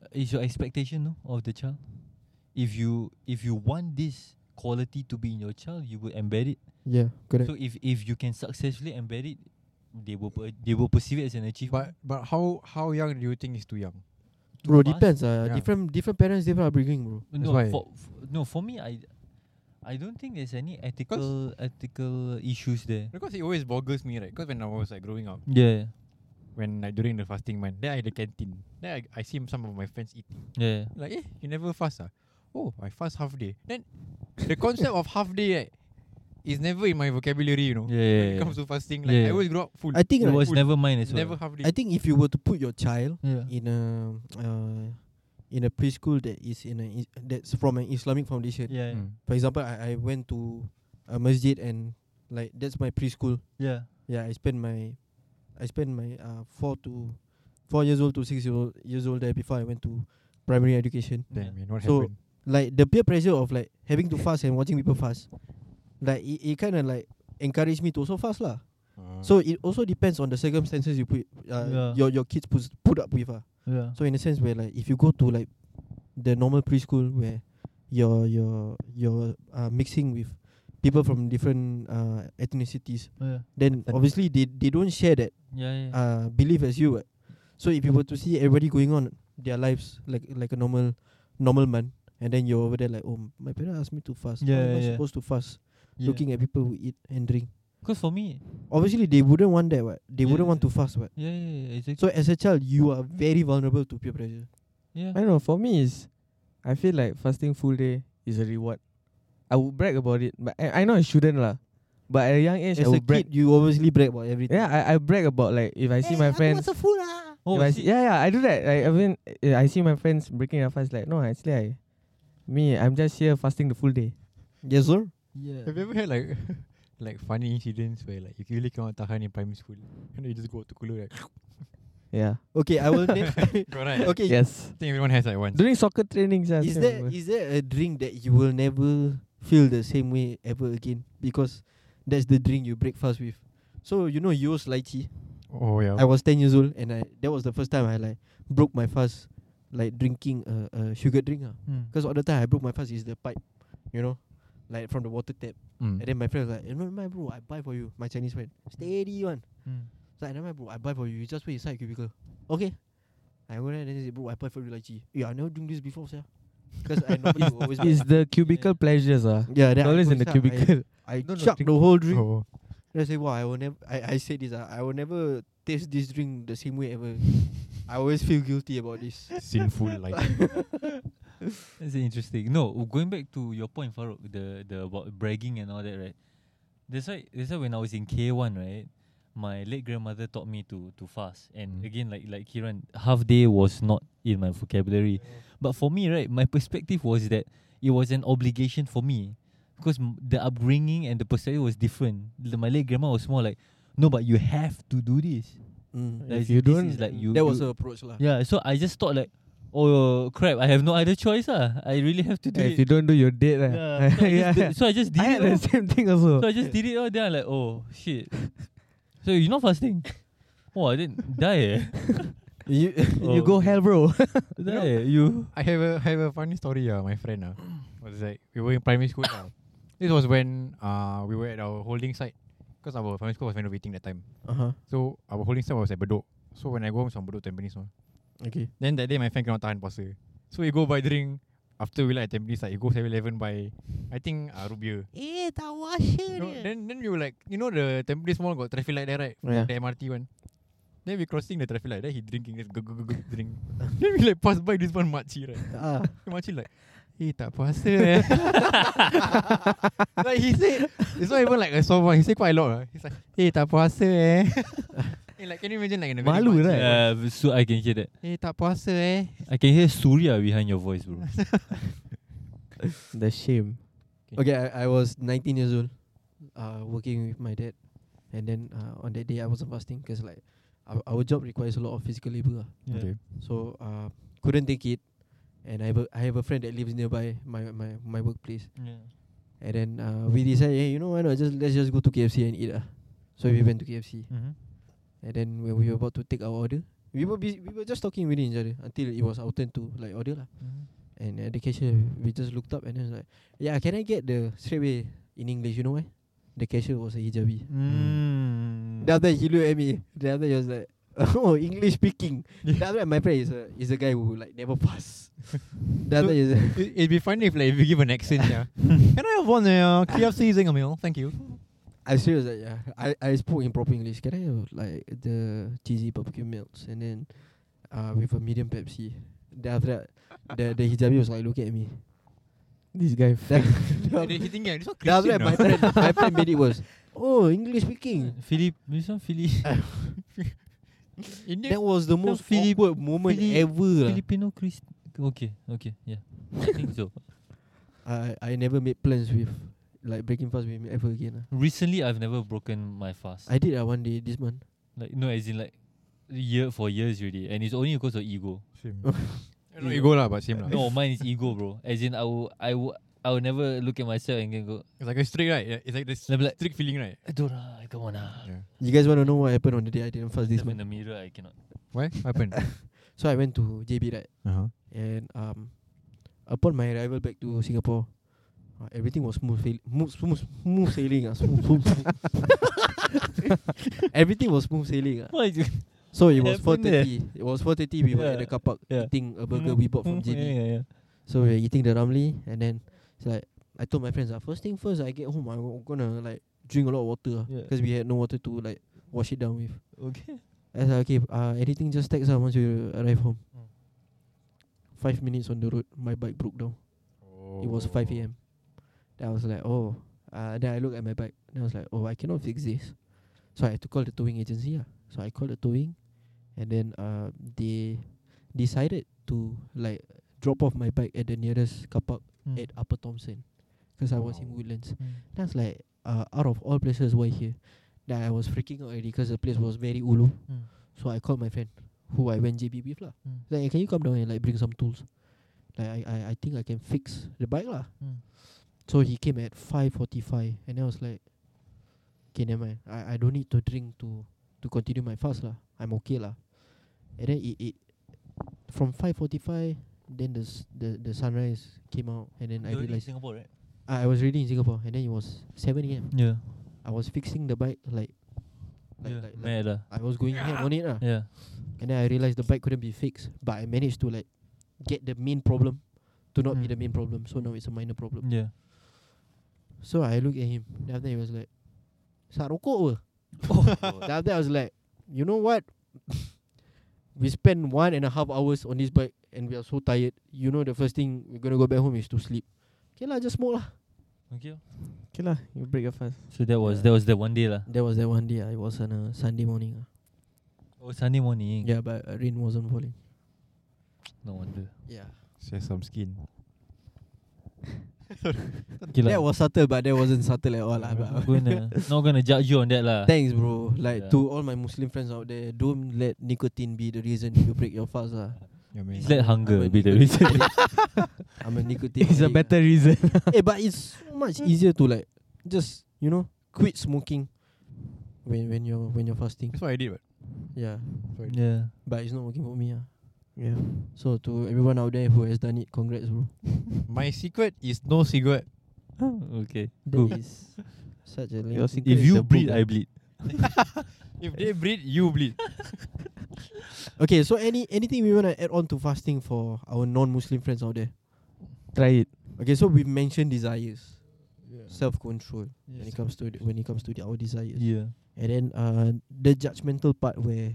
uh, is your expectation no, of the child. If you if you want this quality to be in your child, you will embed it. Yeah, correct. So if if you can successfully embed it, they will per- they will perceive it as an achievement. But but how how young do you think is too young? too Bro, fast. depends. Uh, Yeah. different different parents different upbringing, bro. That's No, why. for, f- no, for me, I, I don't think there's any ethical ethical issues there. Because it always boggles me, right? Because when I was like growing up, Yeah, when like during the fasting month, then I at the canteen, then I, I see some of my friends eating. yeah. Like, eh, you never fast ah? Oh, I fast half day. Then the concept of half day right, is never in my vocabulary, you know. Yeah, when yeah, it yeah. comes to fasting, like I Yeah. always grow up full. I think It right, was Food. never mine as well. never half day. I think if you were to put your child Yeah. in a uh, in a preschool that is in a is- that's from an Islamic foundation. Yeah. Mm. For example, I, I went to a masjid and like that's my preschool. Yeah. Yeah, I spent my I spent my uh four to four years old to six year old, years old there before I went to primary education. Damn, man, what So- happened? Like the peer pressure of like having to fast and watching people fast, like it, it kind of like encouraged me to also fast lah. Uh, So it also depends on the circumstances you put uh, Yeah. your your kids put put up with ah. Yeah. So in a sense where like if you go to like the normal preschool where you're you're you're uh, mixing with people from different uh, ethnicities, Yeah. then Ethnic. obviously they they don't share that Yeah. yeah. uh, belief as you. what. So if you were to see everybody going on their lives like like a normal normal man, and then you're over there like, oh, my parents asked me to fast. How Yeah, am I yeah, yeah. supposed to fast? yeah. Looking at people who eat and drink. Because for me, Obviously they wouldn't want that. What they wouldn't Yeah. want to fast. What. yeah, yeah, yeah exactly. So as a child, you are very vulnerable to peer pressure. yeah. I don't know. For me, is I feel like fasting full day is a reward. I would brag about it, but I, I know I shouldn't lah. But at a young age, I As a would brag. kid, you obviously brag about everything. Yeah, I, I brag about like if I see my friends. Oh, if I is see, it- yeah, yeah, I do that. Like, I mean, eh, I see my friends breaking their fast. Like, no, actually, I, me, I'm just here fasting the full day. Yes, sir. Have you ever had like like funny incidents where like you really cannot tahan in primary school and you just go to cooler like Yeah. Okay, I will name. right. okay, Yes. I think everyone has like once. During soccer training, yeah. is there is there a drink that you will never feel the same way ever again because that's the drink you break fast with? So you know Yo's lychee. Oh yeah. I was ten years old and I that was the first time I like broke my fast, like drinking a uh, sugar drink ah. Hmm. Mm. Because all the time I broke my fast is the pipe, you know, like from the water tap. And mm. then my friend was like, "Eh, "Never mind, bro. I buy for you." My Chinese friend, steady one. Hmm. Mm. So I never mind, bro. I buy for you. You just wait inside cubicle. Okay. I go there and then they say, bro, I buy for you lychee. Yeah, I never drink this before, sir. Because I normally will always buy. is the cubicle pleasures ah? yeah, then I Always go in the inside, cubicle. I, I No, no, chuck drink. the whole drink. Oh. Then I say, wow, I will never. I I say this. Uh, I will never taste this drink the same way ever. I always feel guilty about this. Sinful like That's interesting. No, going back to your point, Farouk, the the about bragging and all that, right? That's why that's why when I was in K one, right, my late grandmother taught me to to fast. And Mm. again, like like Kiran, half day was not in my vocabulary. But for me, right, my perspective was that it was an obligation for me because m- the upbringing and the perspective was different. The, my late grandma was more like, no, but you have to do this. If Mm. Like, you this don't, is like then you. That was you- her approach lah. yeah. So I just thought like, oh crap, I have no other choice ah. I really have to do Yeah, it. if you don't do your date, ah. Yeah, so, I just yeah. did, so I just I did had it. the all. same thing also. So I just did it. All then I like, oh shit. So you're not fasting? Oh, I didn't die. Eh. You Oh, you go okay. hell, bro. Die. Eh. You. I have a I have a funny story. Uh, my friend uh, was like we were in primary school. Uh. This was when uh we were at our holding site because our primary school was renovating that time. uh huh. So our holding site was at Bedok. So when I go home, it's from Bedok Tampines one. Okay. Then that day my friend cannot tahan puasa. So we go buy drink after we like at Tampines like you go 7-Eleven buy I think uh, root beer. Eh, tawasha You know, then then we were like you know the Tampines Mall got traffic light there right? Yeah. The MRT one. Then we crossing the traffic light. Then he drinking this go go go go drink. then we like pass by this one makcik right. Ah. Makcik like Eh tak puasa eh Like he said It's not even like a soft one He said quite a lot lah. He's like Eh tak puasa eh Eh like can you imagine like in a very Malu, makcik right? voice, Uh, so I can hear that. Eh tak puasa eh I can hear Surya behind your voice, bro. the shame. Okay, I, I was 19 years old, uh, working with my dad, and then uh, on that day I wasn't fasting because like our, our job requires a lot of physical labor, ah. Yeah. so uh, couldn't take it. And I have a, I have a friend that lives nearby my my, my workplace, Yeah. and then uh, we decided, hey, you know what? Not just let's just go to KFC and eat ah. So we went to KFC, Mm-hmm. and then when we were about to take our order, we were bus- we were just talking within each other until it was our turn to like order lah. And at the cashier, we just looked up and then was like, yeah, can I get the straightway in English? You know why? The cashier was a hijabi. Mm. The other he looked at me. The other he was like, oh, English speaking. That's why my friend is a is a guy who like never pass. That's So- why is It, it'd be funny if like if you give an accent, yeah. Can I have one uh, KFC zinger meal? Thank you. I serious that yeah. I I spoke in proper English. Can I have like the cheesy barbecue melts and then uh with a medium Pepsi. Then after that, the the hijabi was like looking at me. This guy. Then, And then he think, yeah, this one then after Christian, that, my no? friend my friend made it was oh English speaking. Philip, this one Philip, Indian That was the most Philip- awkward moment Philip- ever. lah. Filipino Christ. Okay, okay, yeah. I think so. I I never made plans with like breaking fast with me ever again. Recently, I've never broken my fast. lah. I did that one day this month. like no, as in like year for years already, and it's only because of ego. Same. no, you go lah, but same lah. No, mine is ego, bro. As in I will, I will, I will never look at myself and then go, It's like a strict right. Yeah, it's like this They'll be like- strict feeling right. I don't know, I come on ah. Yeah. You guys want to know what happened on the day I didn't fast this Step in month? the mirror, I cannot. Why? What happened? So I went to JB right, uh-huh. and um, upon my arrival back to Singapore, uh, everything was smooth, fail- smooth, smooth, smooth sailing. ah, smooth, smooth, smooth. everything was smooth sailing. ah. Why you So it was four Happened there. thirty. It was four thirty. We were at Yeah, the car park yeah. Mm-hmm. eating a burger we bought from JB. Yeah, yeah. So we were eating the ramly and then it's like I told my friends ah, first thing first I get home I'm gonna like drink a lot of water Yeah. because we had no water to like wash it down with. Okay. I said okay, uh, anything just text us once you arrive home. Mm. Five minutes on the road, my bike broke down. It was five a.m. Then I was like, oh. Uh, then I looked at my bike. Then I was like, oh, I cannot fix this. So I had to call the towing agency. Ah. So I called the towing, and then uh, they decided to like drop off my bike at the nearest car park Mm. at Upper Thomson because I was in Wow. Woodlands. Mm. That's like uh, out of all places, why here? That I was freaking out already because the place was very ulu. Mm. So I called my friend who I went JB with lah. Mm. Like, "Eh, can you come down and like bring some tools? Like I, I, I think I can fix the bike lah. Mm. So he came at five forty five, and I was like, okay, never mind. I, I don't need to drink to to continue my fast lah. I'm okay lah. And then it, it from five forty five, then the s- the the sunrise came out, and then I You're in realized Singapore, right? I, I was already in Singapore, and then it was seven a.m. Yeah. I was fixing the bike like like, yeah. like, like Mad lah. I was going ham on it lah. Yeah. And then I realised the bike couldn't be fixed, but I managed to like get the main problem to not be Mm. the main problem. So now it's a minor problem. Yeah. So I looked at him. Then after that he was like, "Saroko." Oh. Then after that I was like, "You know what? we spend one and a half hours on this bike, and we are so tired. You know the first thing we're gonna go back home is to sleep. Okay lah, just smoke lah." Okay. Okay lah, you break your fast. So that was Yeah. that was the one day lah. That was that one day. I was on a Sunday morning. ah. Oh Sunday morning. Yeah, but uh, rain wasn't falling. No wonder. Yeah. Oh. Share some skin. Okay lah. was subtle, but that wasn't subtle at all. lah, but- Not gonna not gonna judge you on that lah. Thanks, bro. Like Yeah. to all my Muslim friends out there, don't let nicotine be the reason you break your fast. Ah. Yeah, man. It's Let I'm hunger a be the reason. nicotine I'm a nicotine. It's a addict, better reason. ah. Eh, but it's so much easier to like just you know quit smoking when when you're when you're fasting. That's what I did. But Yeah, yeah. but it's not working for me. Ah. yeah. So to everyone out there who has done it, congrats, bro. my secret is no cigarette. Okay. That is Cool. such a Your link. secret If is you the bleed, book, I bleed. If they bleed, you bleed. Okay, so any anything we wanna add on to fasting for our non-Muslim friends out there? ah. Try it. Okay, so we've mentioned desires, Yeah. self-control when it comes to the, when it comes to the, our desires. Yeah. And then uh, the judgmental part where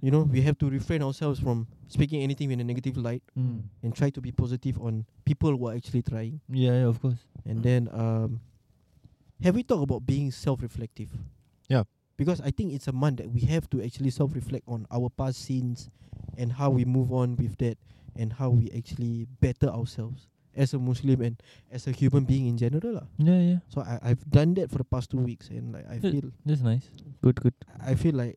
you know we have to refrain ourselves from speaking anything in a negative light mm. and try to be positive on people who are actually trying. Yeah, yeah, of course. And then um, have we talked about being self-reflective? Yeah. Because I think it's a month that we have to actually self-reflect on our past sins and how we move on with that and how we actually better ourselves as a Muslim and as a human being in general lah. Yeah, yeah. So I, I've done that for the past two weeks and like I Good. feel That's nice. Good, good. I feel like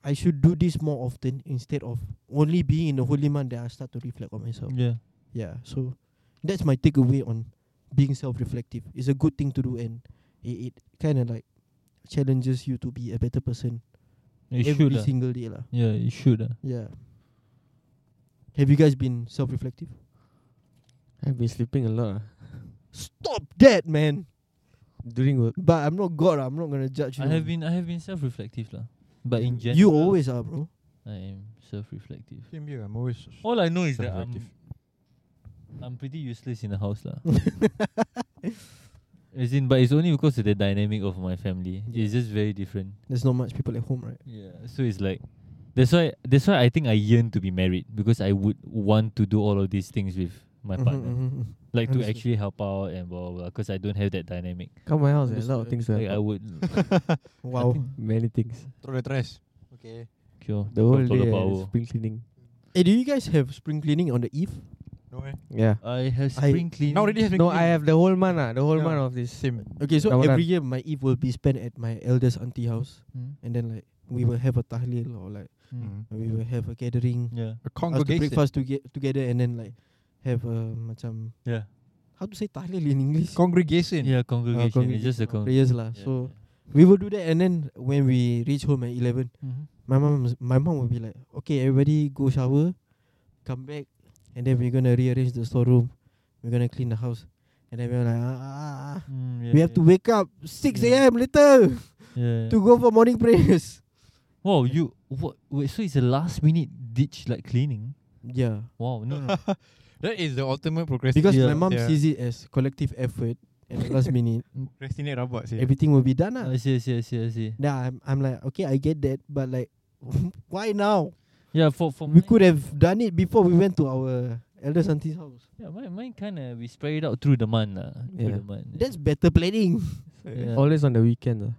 I should do this more often instead of only being in the holy month that I start to reflect on myself. Yeah. Yeah, so that's my takeaway on being self-reflective. It's a good thing to do, and it, it kind of like challenges you to be a better person You should ah. every lah. single day, lah. Yeah, you should uh, lah. Yeah. Have you guys been self-reflective? I've been sleeping a lot ah. Stop that, man! during work. But I'm not God. I'm not gonna judge you. I have been I have been self reflective lah. But in general, you always are, bro. I am self-reflective. Same here. I'm always. All I know is that I'm, Self-reflective. I'm pretty useless in the house lah. As in, but it's only because of the dynamic of my family. It's just very different. There's not much people at home, right? Yeah. So it's like that's why that's why I think I yearn to be married because I would want to do all of these things with my Mhm, partner, mhm, mhm. like to Understood. actually help out and blah blah. Because I don't have that dynamic. Come my house, there's a lot of things. ah. to Like I help out. would. Wow. Many things. Throw the trash. Okay. Cure, The whole control day the uh, power. spring cleaning. Hey, do you guys have spring cleaning on the eve? No eh. Yeah. I have I- spring cleaning. Now already have No, I have the whole month ah, the whole Yeah. month of this. same. Okay, so Ramadan. every year my eve will be spent at my eldest auntie house, Hmm. and then like we will have a tahlil or like Mm. we will have a gathering, Yeah. A us to congregation. breakfast to get together, and then like have a macam Yeah. how to say tahlil in English? Congregation. Yeah. Congregation. It's just Uh, a congregation or prayers congregation. lah. So we will do that, and then when we reach home at eleven, Mm-hmm. my mom my mom will be like, okay, everybody go shower, come back, and then we're gonna rearrange the storeroom, we're gonna clean the house, and then we're like, ah, ah, ah. Mm, yeah, we have to yeah, wake up six Yeah. a.m. later Yeah. to go for morning prayers. Wow, you what? Wait, so it's a last minute ditch like cleaning. Yeah, Wow, no, no. That is the ultimate procrastination. because Yeah. my mom Yeah. sees it as collective effort, and at last minute Procrastinate robots. Yeah. everything will be done. Ah. I see, I see, I see, I see. Nah, I'm I'm like, okay, I get that, but like, why now? Yeah, for for We mine- could have done it before we went to our eldest auntie's house. Yeah, mine, mine kind of we spread it out through the month lah. Through Yeah. the month. That's better planning. yeah. Always on the weekend. ah.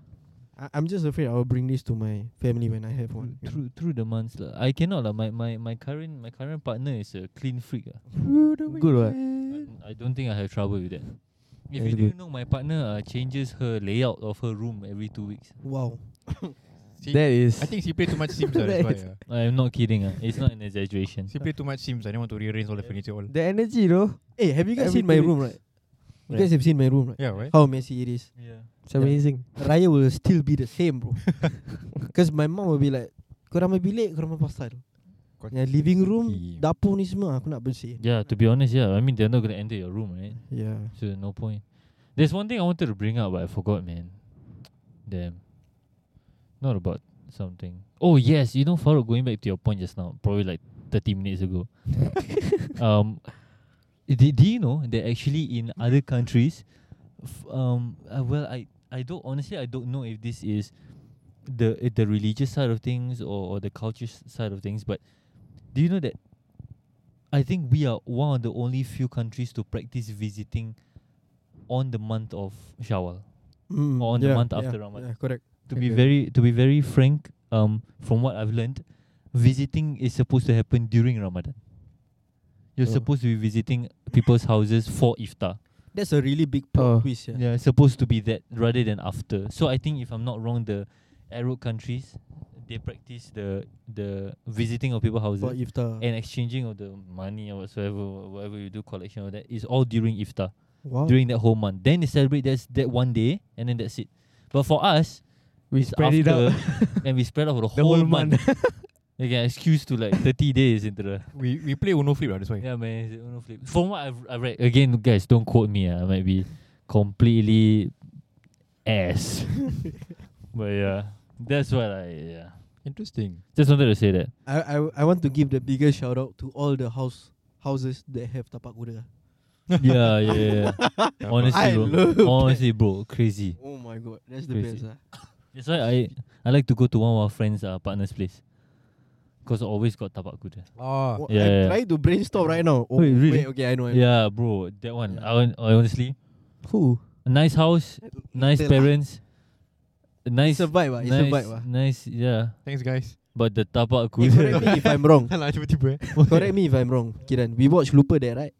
I, I'm just afraid I'll bring this to my family when I have one. you know. through through the months lah. I cannot lah. My my my current my current partner is a clean freak lah. Good what? I don't think I have trouble with that. If That's you do good. know, my partner uh, changes her layout of her room every two weeks. Wow. She, That is. I think she played too much Sims. ah, that's why. Yeah. I am not kidding. Uh. It's not an exaggeration. She played too much Sims. I didn't want to rearrange all the furniture. All. the energy though. Hey, Eh, have you guys Every seen my two room, weeks. right? You guys have seen my room, right? Yeah, right. How messy it is. Yeah. It's amazing. Raya will still be the same, bro. Because my mom will be like, korang main bilik, korang main pasal. Yang living room, dapur ni semua aku nak bersih. Yeah. To be honest, yeah. I mean, they're not gonna enter your room, right? Yeah. So no point. There's one thing I wanted to bring up, but I forgot, man. Damn. Not about something. Oh yes, you know, Farouk, going back to your point just now, probably like 30 minutes ago. um, do, do you know that actually in other countries, f- um, uh, well, I I don't honestly I don't know if this is the uh, the religious side of things or, or the culture s- side of things, but do you know that I think we are one of the only few countries to practice visiting on the month of Shawwal. Mm, Or Oh, on the month after Ramadan. Yeah, correct. To be Okay. very to be very frank, um, from what I've learned, visiting is supposed to happen during Ramadan. You're Oh. supposed to be visiting people's houses for iftar. That's a really big Oh. plot twist. Yeah. Yeah, it's supposed to be that rather than after. So I think if I'm not wrong, the Arab countries they practice the the visiting of people's houses For iftar. and exchanging of the money or whatsoever, wha- whatever you do, collection of that is all during iftar. wow. during that whole month. Then they celebrate that's that one day and then that's it. But for us, We it's spread it after out. and we spread out for the, The whole whole, month. they get excuse to like 30 days into the We we play Uno flip. ah, That's why. yeah man. it's a Uno flip. From what I've, i read again, guys, don't quote me. ah, I might be completely ass. but yeah, that's what I yeah. Interesting. Just wanted to say that. I, I I want to give the biggest shout out to all the house houses that have tapak kuda. Yeah, yeah, yeah. yeah. Honestly, I bro. love that. Honestly, bro, crazy. Oh my god, that's the Crazy. best. ah. That's why I I like to go to one of our friends' uh, partner's place. Cause always got tapak kuda. Ah. Wha- Yeah, I'm yeah. trying to brainstorm right now. Oh, Wait, really? Wait, okay, I know. I know. Yeah, bro, that one. I, hon- I honestly, Who? a nice house, nice Nutella. parents, a nice, It's a vibe, ah. It's a nice, vibe, ah. nice, yeah. Thanks guys. But the Eh, tapak kuda, correct me if I'm wrong. Alah tiba-tiba eh. Correct me if I'm wrong, Kiran. We watch Looper there, right?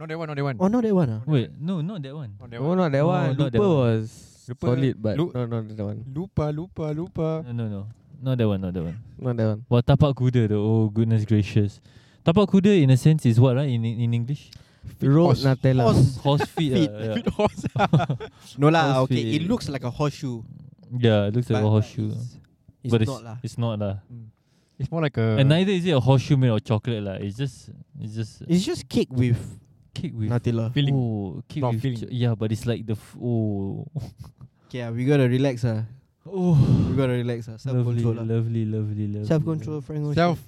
Not that one. Not that one. Oh, not that one. Ah. wait, no, not that one. Not that No, one. not that No, one. not that Lupa one. was Lupa- solid, but Lu- no, no, not that one. Lupa, lupa, lupa. No, no, no, not that one, not that one. Not that one. What tapak kuda? The oh goodness gracious, tapak kuda in a sense is what right in in in English? Road horse. Nutella. Horse. Horse feet. Feet. Uh, yeah. Horse. No lah. Horse Okay, it feat. looks like a horseshoe. yeah, it looks like but- a horseshoe. It's, it's but not lah. it's not lah. It's more like a. Uh. and neither is it a horseshoe made of chocolate lah. It's just it's just It's just cake with cake with Nutella. Feeling. Oh, cake Not with filling. cho- yeah, but it's like the f- oh Okay, ah, we gotta relax. Ah. Oh, You gotta relax ah. Self lovely, control lah. lovely, lovely, lovely. Self control, Frank. Ocean. Self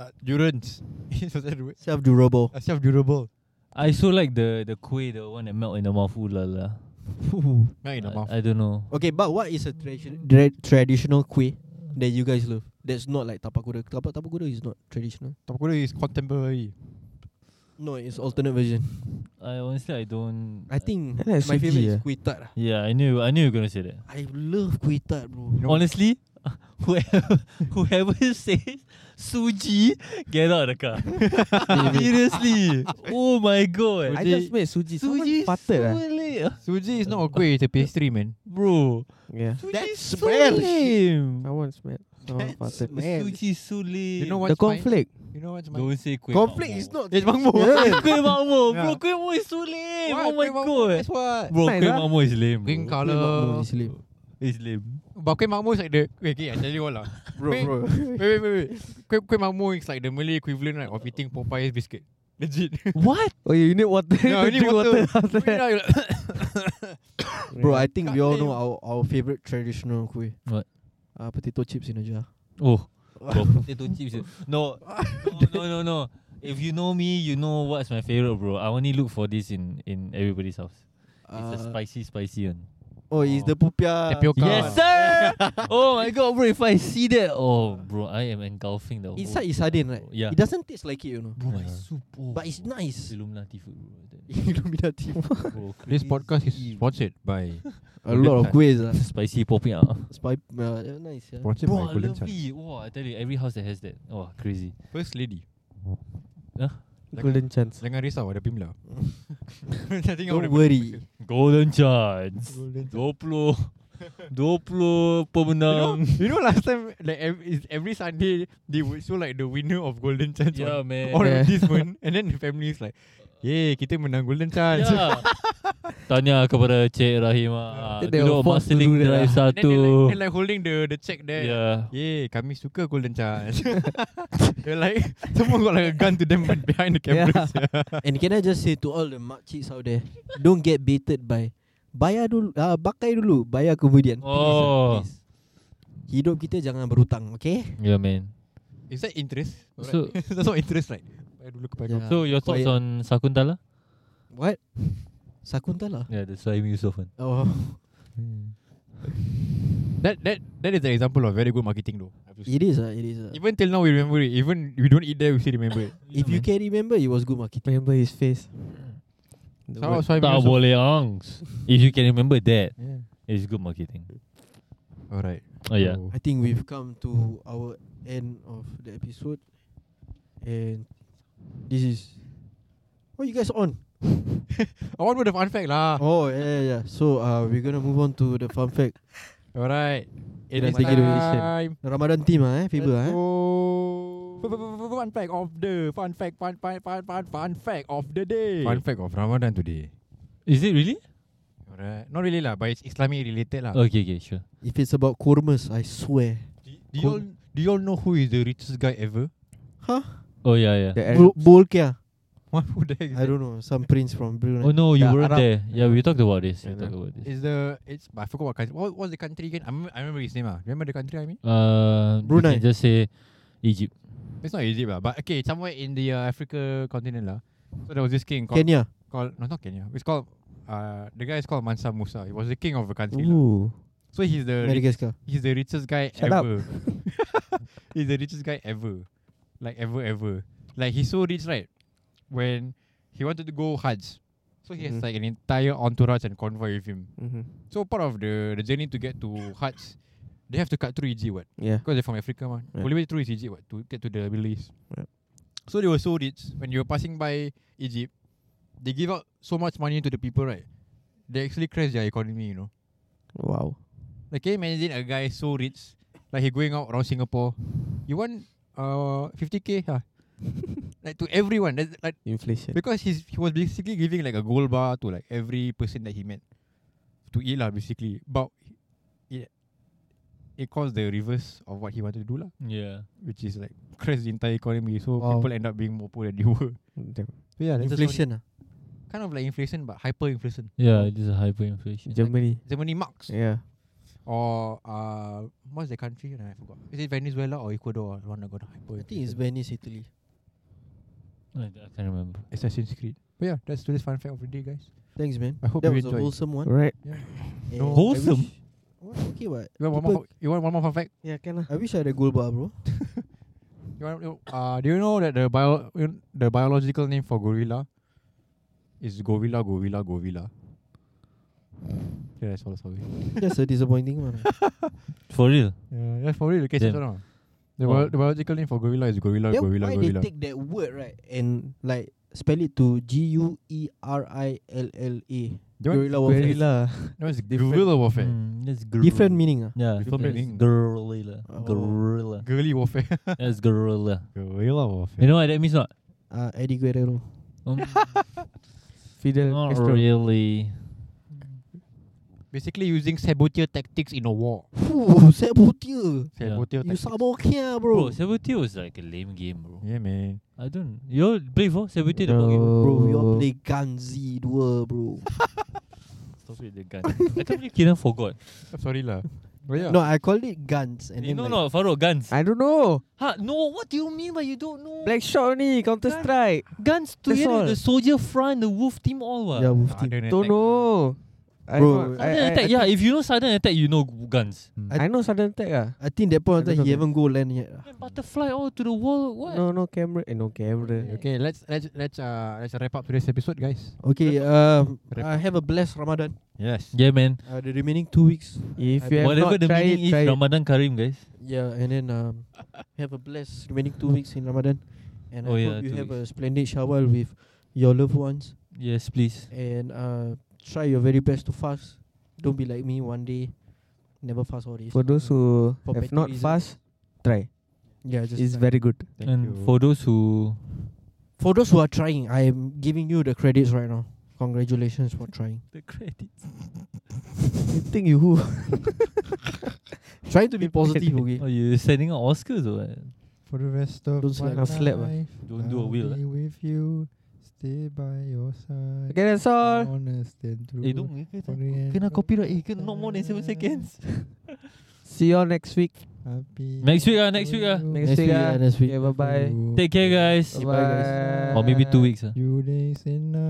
uh, Durance Was that the word? Self durable. Uh, Self durable I so like the the kuih, the one that melt in the mouth. Ooh la la. Not in the I- mouth I, don't know. Okay, but what is a tradition tra- traditional kuih that you guys love? That's not like tapak kuda. Tapak tapak kuda is not traditional. Tapakura is contemporary No, it's alternate version. I honestly I don't. I think Like suji my favorite is ah. kuih tart. ah. Yeah, I knew. I knew you were gonna say that. I love kuih tart, bro. You know- Honestly, whoever whoever says suji, get out of the car. Seriously. Oh my god. I just made suji. Someone suji eh? farted so eh? ah. lame, Suji is not a kuih It's a pastry man bro. Yeah. Suji That is so smell. lame. I won't smell. Someone farted. Suji is so Oh, lame. You The know what's mine? conflict. You know what's mine? Don't say kuih. Conflict makmur. is not. It's Bang Mo Eh, kuih makmur, bro. Yeah. Kuih makmur is so lame. Why? Oh my Kuih makmur, god. That's what Bro, Nice, kuih ah. makmur is lame. Green Bro. colour Is lame. It's lame. But kuih makmur is like the Wait, okay, I tell you what lah Bro, Kuih- bro. Wait, wait, wait, wait Kuih, kuih makmur is like the Malay equivalent right, Of eating Popeye's biscuit Legit What? Oh, yeah, you need water. to No, you need drink water. after Wait, that. now you're like Bro, I think we all know Goddamn. our our favorite traditional kuih. What? Uh, potato chips in a jar. Oh. Bro, potato chips. is- No, no, no, no, no. If you know me, you know what's my favorite, bro. I only look for this in in everybody's house. It's Uh, the spicy, spicy one. Oh, it's Oh. the pupia. Tapioca. Come Yes, on. sir. oh my god, bro! If I see that, oh, bro, I am engulfing the Inside whole. is sardine, right? Yeah. It doesn't taste like it, you know. Bro, my Yeah. soup. Oh, But it's nice. Illuminati food, bro. That- Illuminati. bro This podcast is crazy. sponsored by A lot of kuihs. Uh. spicy popping out. Spy, uh, they're nice, yeah. sponsored Bro, I by Golden love Sun. it. Wow, I tell you, every house that has that, oh, crazy. First lady. Golden chance. Jangan risau ada Pimla. Nanti Don't worry. Golden chance. Doplo. Doplo pemenang. You know last time like every, is every Sunday they would show like the winner of Golden Chance yeah, on, Ya, man. on Yeah. this one and then the family is like, "Yeah, kita menang Golden Chance." Yeah. Ya. Tanya kepada Cik ah, Rahimah. Then they Duduk were forced to Marsiling do that Drive lah. And then they like, satu. Ya. they like holding the the check there. Yeah. Yeah, kami suka Golden Chance. They're like, someone got like a gun to them behind the cameras. And can I just say to all the makciks out there, don't get baited by bayar dulu, ah, pakai dulu, bayar kemudian. Please, ah, Oh. please. Hidup kita jangan berhutang, okay? Yeah, Ya, man. Is that interest? So- Alright. that's not interest, right? Bayar dulu kepada Yeah. So your thoughts Quiet. on Sakuntala? What? Sakuntala. Yeah, that's why I'm Yusof one. Oh, Hmm. That that that is an example of very good marketing though. I have to say. it is ah, it is ah. Even till now we remember it. Even we don't eat there, we still remember it. If you can remember, it was good marketing. Remember his face. The Shout word. out Suhaimi Tak Yusof. boleh angs. If you can remember that, Yeah. it's good marketing. Alright. Oh yeah. So, I think we've come to our end of the episode, and this is. What you guys on? I want to the fun fact lah. Oh yeah, yeah, yeah. So uh, we're gonna move on to the fun fact. Alright. It Kita is take it away. time. Ramadan team ah, eh, Fiba ah. eh. Oh. Fun fact of the fun fact fun fun fun fun fun fact of the day. Fun fact of Ramadan today. Is it really? Alright. Not really lah, but it's Islamic related lah. Okay, okay, sure. If it's about kurmas, I swear. do, do you all do you all know who is the richest guy ever? Huh? Oh yeah, The yeah. Bul- Arab. Bulkia. What who the heck is I don't know. Some prince from Brunei. Oh no, you The weren't Arab- there. Yeah, we talked about this. We Yeah, talked about that? this. Is the it's but I forgot what country. What was the country again? I remember, I remember his name ah. Remember the country I mean? Uh, you Brunei. can just say Egypt. It's not Egypt lah, but okay, somewhere in the uh, Africa continent lah. So there was this king called Kenya. called no not Kenya. It's called uh the guy is called Mansa Musa. He was the king of the country. lah. Ooh. So he's the ri- Madagascar. he's the richest guy Shut up. ever. he's the richest guy ever. Like ever ever. Like he's so rich, right? When he wanted to go Hajj. So he has Mhm. like an entire entourage and convoy with him. Mm-hmm. So part of the the journey to get to Hajj, they have to cut through Egypt, what? Yeah. Because they're from Africa, man. Yeah. Only way through is Egypt, what? To get to the Middle East. Yeah. So they were so rich. When you were passing by Egypt, they give out so much money to the people, right? They actually crash their economy, you know. Wow. Like, can you imagine a guy so rich, like he going out around Singapore? You want uh 50k, huh? like to everyone, that's, like Inflation. because he's he was basically giving like a gold bar to like every person that he met to eat lah, basically. But it it caused the reverse of what he wanted to do lah, Yeah. which is like crash the entire economy. So Wow. people end up being more poor than they were. Damn. So yeah, that's the story. Inflation. ah. Kind of like inflation, but hyperinflation. Yeah, this is hyperinflation. Germany. Germany marks. Yeah. or uh, what's the country? Nah, I forgot. Is it Venezuela or Ecuador? I want to go to I think it's Venice, Italy. I, I can't remember. Assassin's Creed. But yeah, that's today's fun fact of the day, guys. Thanks, man. I hope that you was a enjoyed. wholesome one. Right. Yeah. And No. I Wholesome? wish- What? Okay, what? You want one more? fa- You want one more fun fact? Yeah, can lah. I wish I had a gold bar, bro. You want, you- uh, do you know that the bio you kn- the biological name for gorilla is gorilla, gorilla, gorilla? Yeah, that's all. Sorry. That's a disappointing one. For real. Yeah, that's probably the case. as Damn. well, no? The, Oh. bio- the biological name for gorilla is gorilla, Then gorilla, why gorilla. they take that word right and like spell it to G U E R I L L A? That one- Gorilla warfare. Gorilla. No, it's guerrilla warfare. Hmm. Mm, that's gr- Different meaning. ah. Yeah, Different that's meaning. Gorilla. Oh. Gorilla. Girly warfare. That's gorilla. Guerrilla warfare. You know what that means not? Uh, Eddie Guerrero. Um, Fidel not Castro. really. Basically using saboteur tactics in a war. Ooh, saboteur. Yeah. Saboteur You tactics. saboteur, Bro, Oh, bro. Saboteur was like a lame game, bro. Yeah, man. I don't. You all play for Saboteur the game? Bro. Bro, we all play Ganzi Dua, bro. Stop it, the gun. I can't believe Kiran forgot. I'm sorry lah. But Oh, yeah. No, I call it guns. Eh, And you then know, like, not Farouk, guns. I don't know. Ha, no, what do you mean by you don't know? Black Shot only Counter Strike. guns together, all. the soldier front, the wolf team, all what? Yeah, wolf team. Sudden Don't attack. know. I Bro, know- I, Sudden I, Hmm. attack, yeah. If you know sudden attack, you know g- guns. I, I know sudden attack ah. I think that point of I time he don't haven't go land yet. ah. Man, butterfly all to the wall. What? No, no camera. Eh, no camera. Okay, let's let's let's uh let's wrap up today's episode, guys. Okay, um, Wrap uh, have a blessed Ramadan. Yes. Yeah, man. Uh, the remaining two weeks. If I you have Whatever not the tried, meaning try is, it. Ramadan Karim, guys. Yeah, and then um, have a blessed remaining two weeks in Ramadan. And Oh I yeah, hope you two have a splendid Shawwal with your loved ones. Yes, please. And uh, try your very best to fast. Don't be like me one day, never fast all this. For those who For have petty not reasons. fast, try. yeah, just It's try. very good. Thank and you. for those who, for those who are trying, I am giving you the credits right now. Congratulations for trying. the credits. You think you who? trying to be positive, okay? Oh, you're sending out Oscars or what? For the rest of Don't slap. my Don't slap, ah. life, uh. Don't do a I'll wheel, eh. Be with you, stay by your side. Okay, that's all. Honest and true. Eh, don't kena, Korean kena copyright. Eh, kena not more than seven seconds. See you all next week. Happy Next week ah, next week ah. Next Next week, week, ah. yeah, next week. Okay, bye bye. Take care, guys. Bye, guys. Or maybe two weeks ah. You days and nights.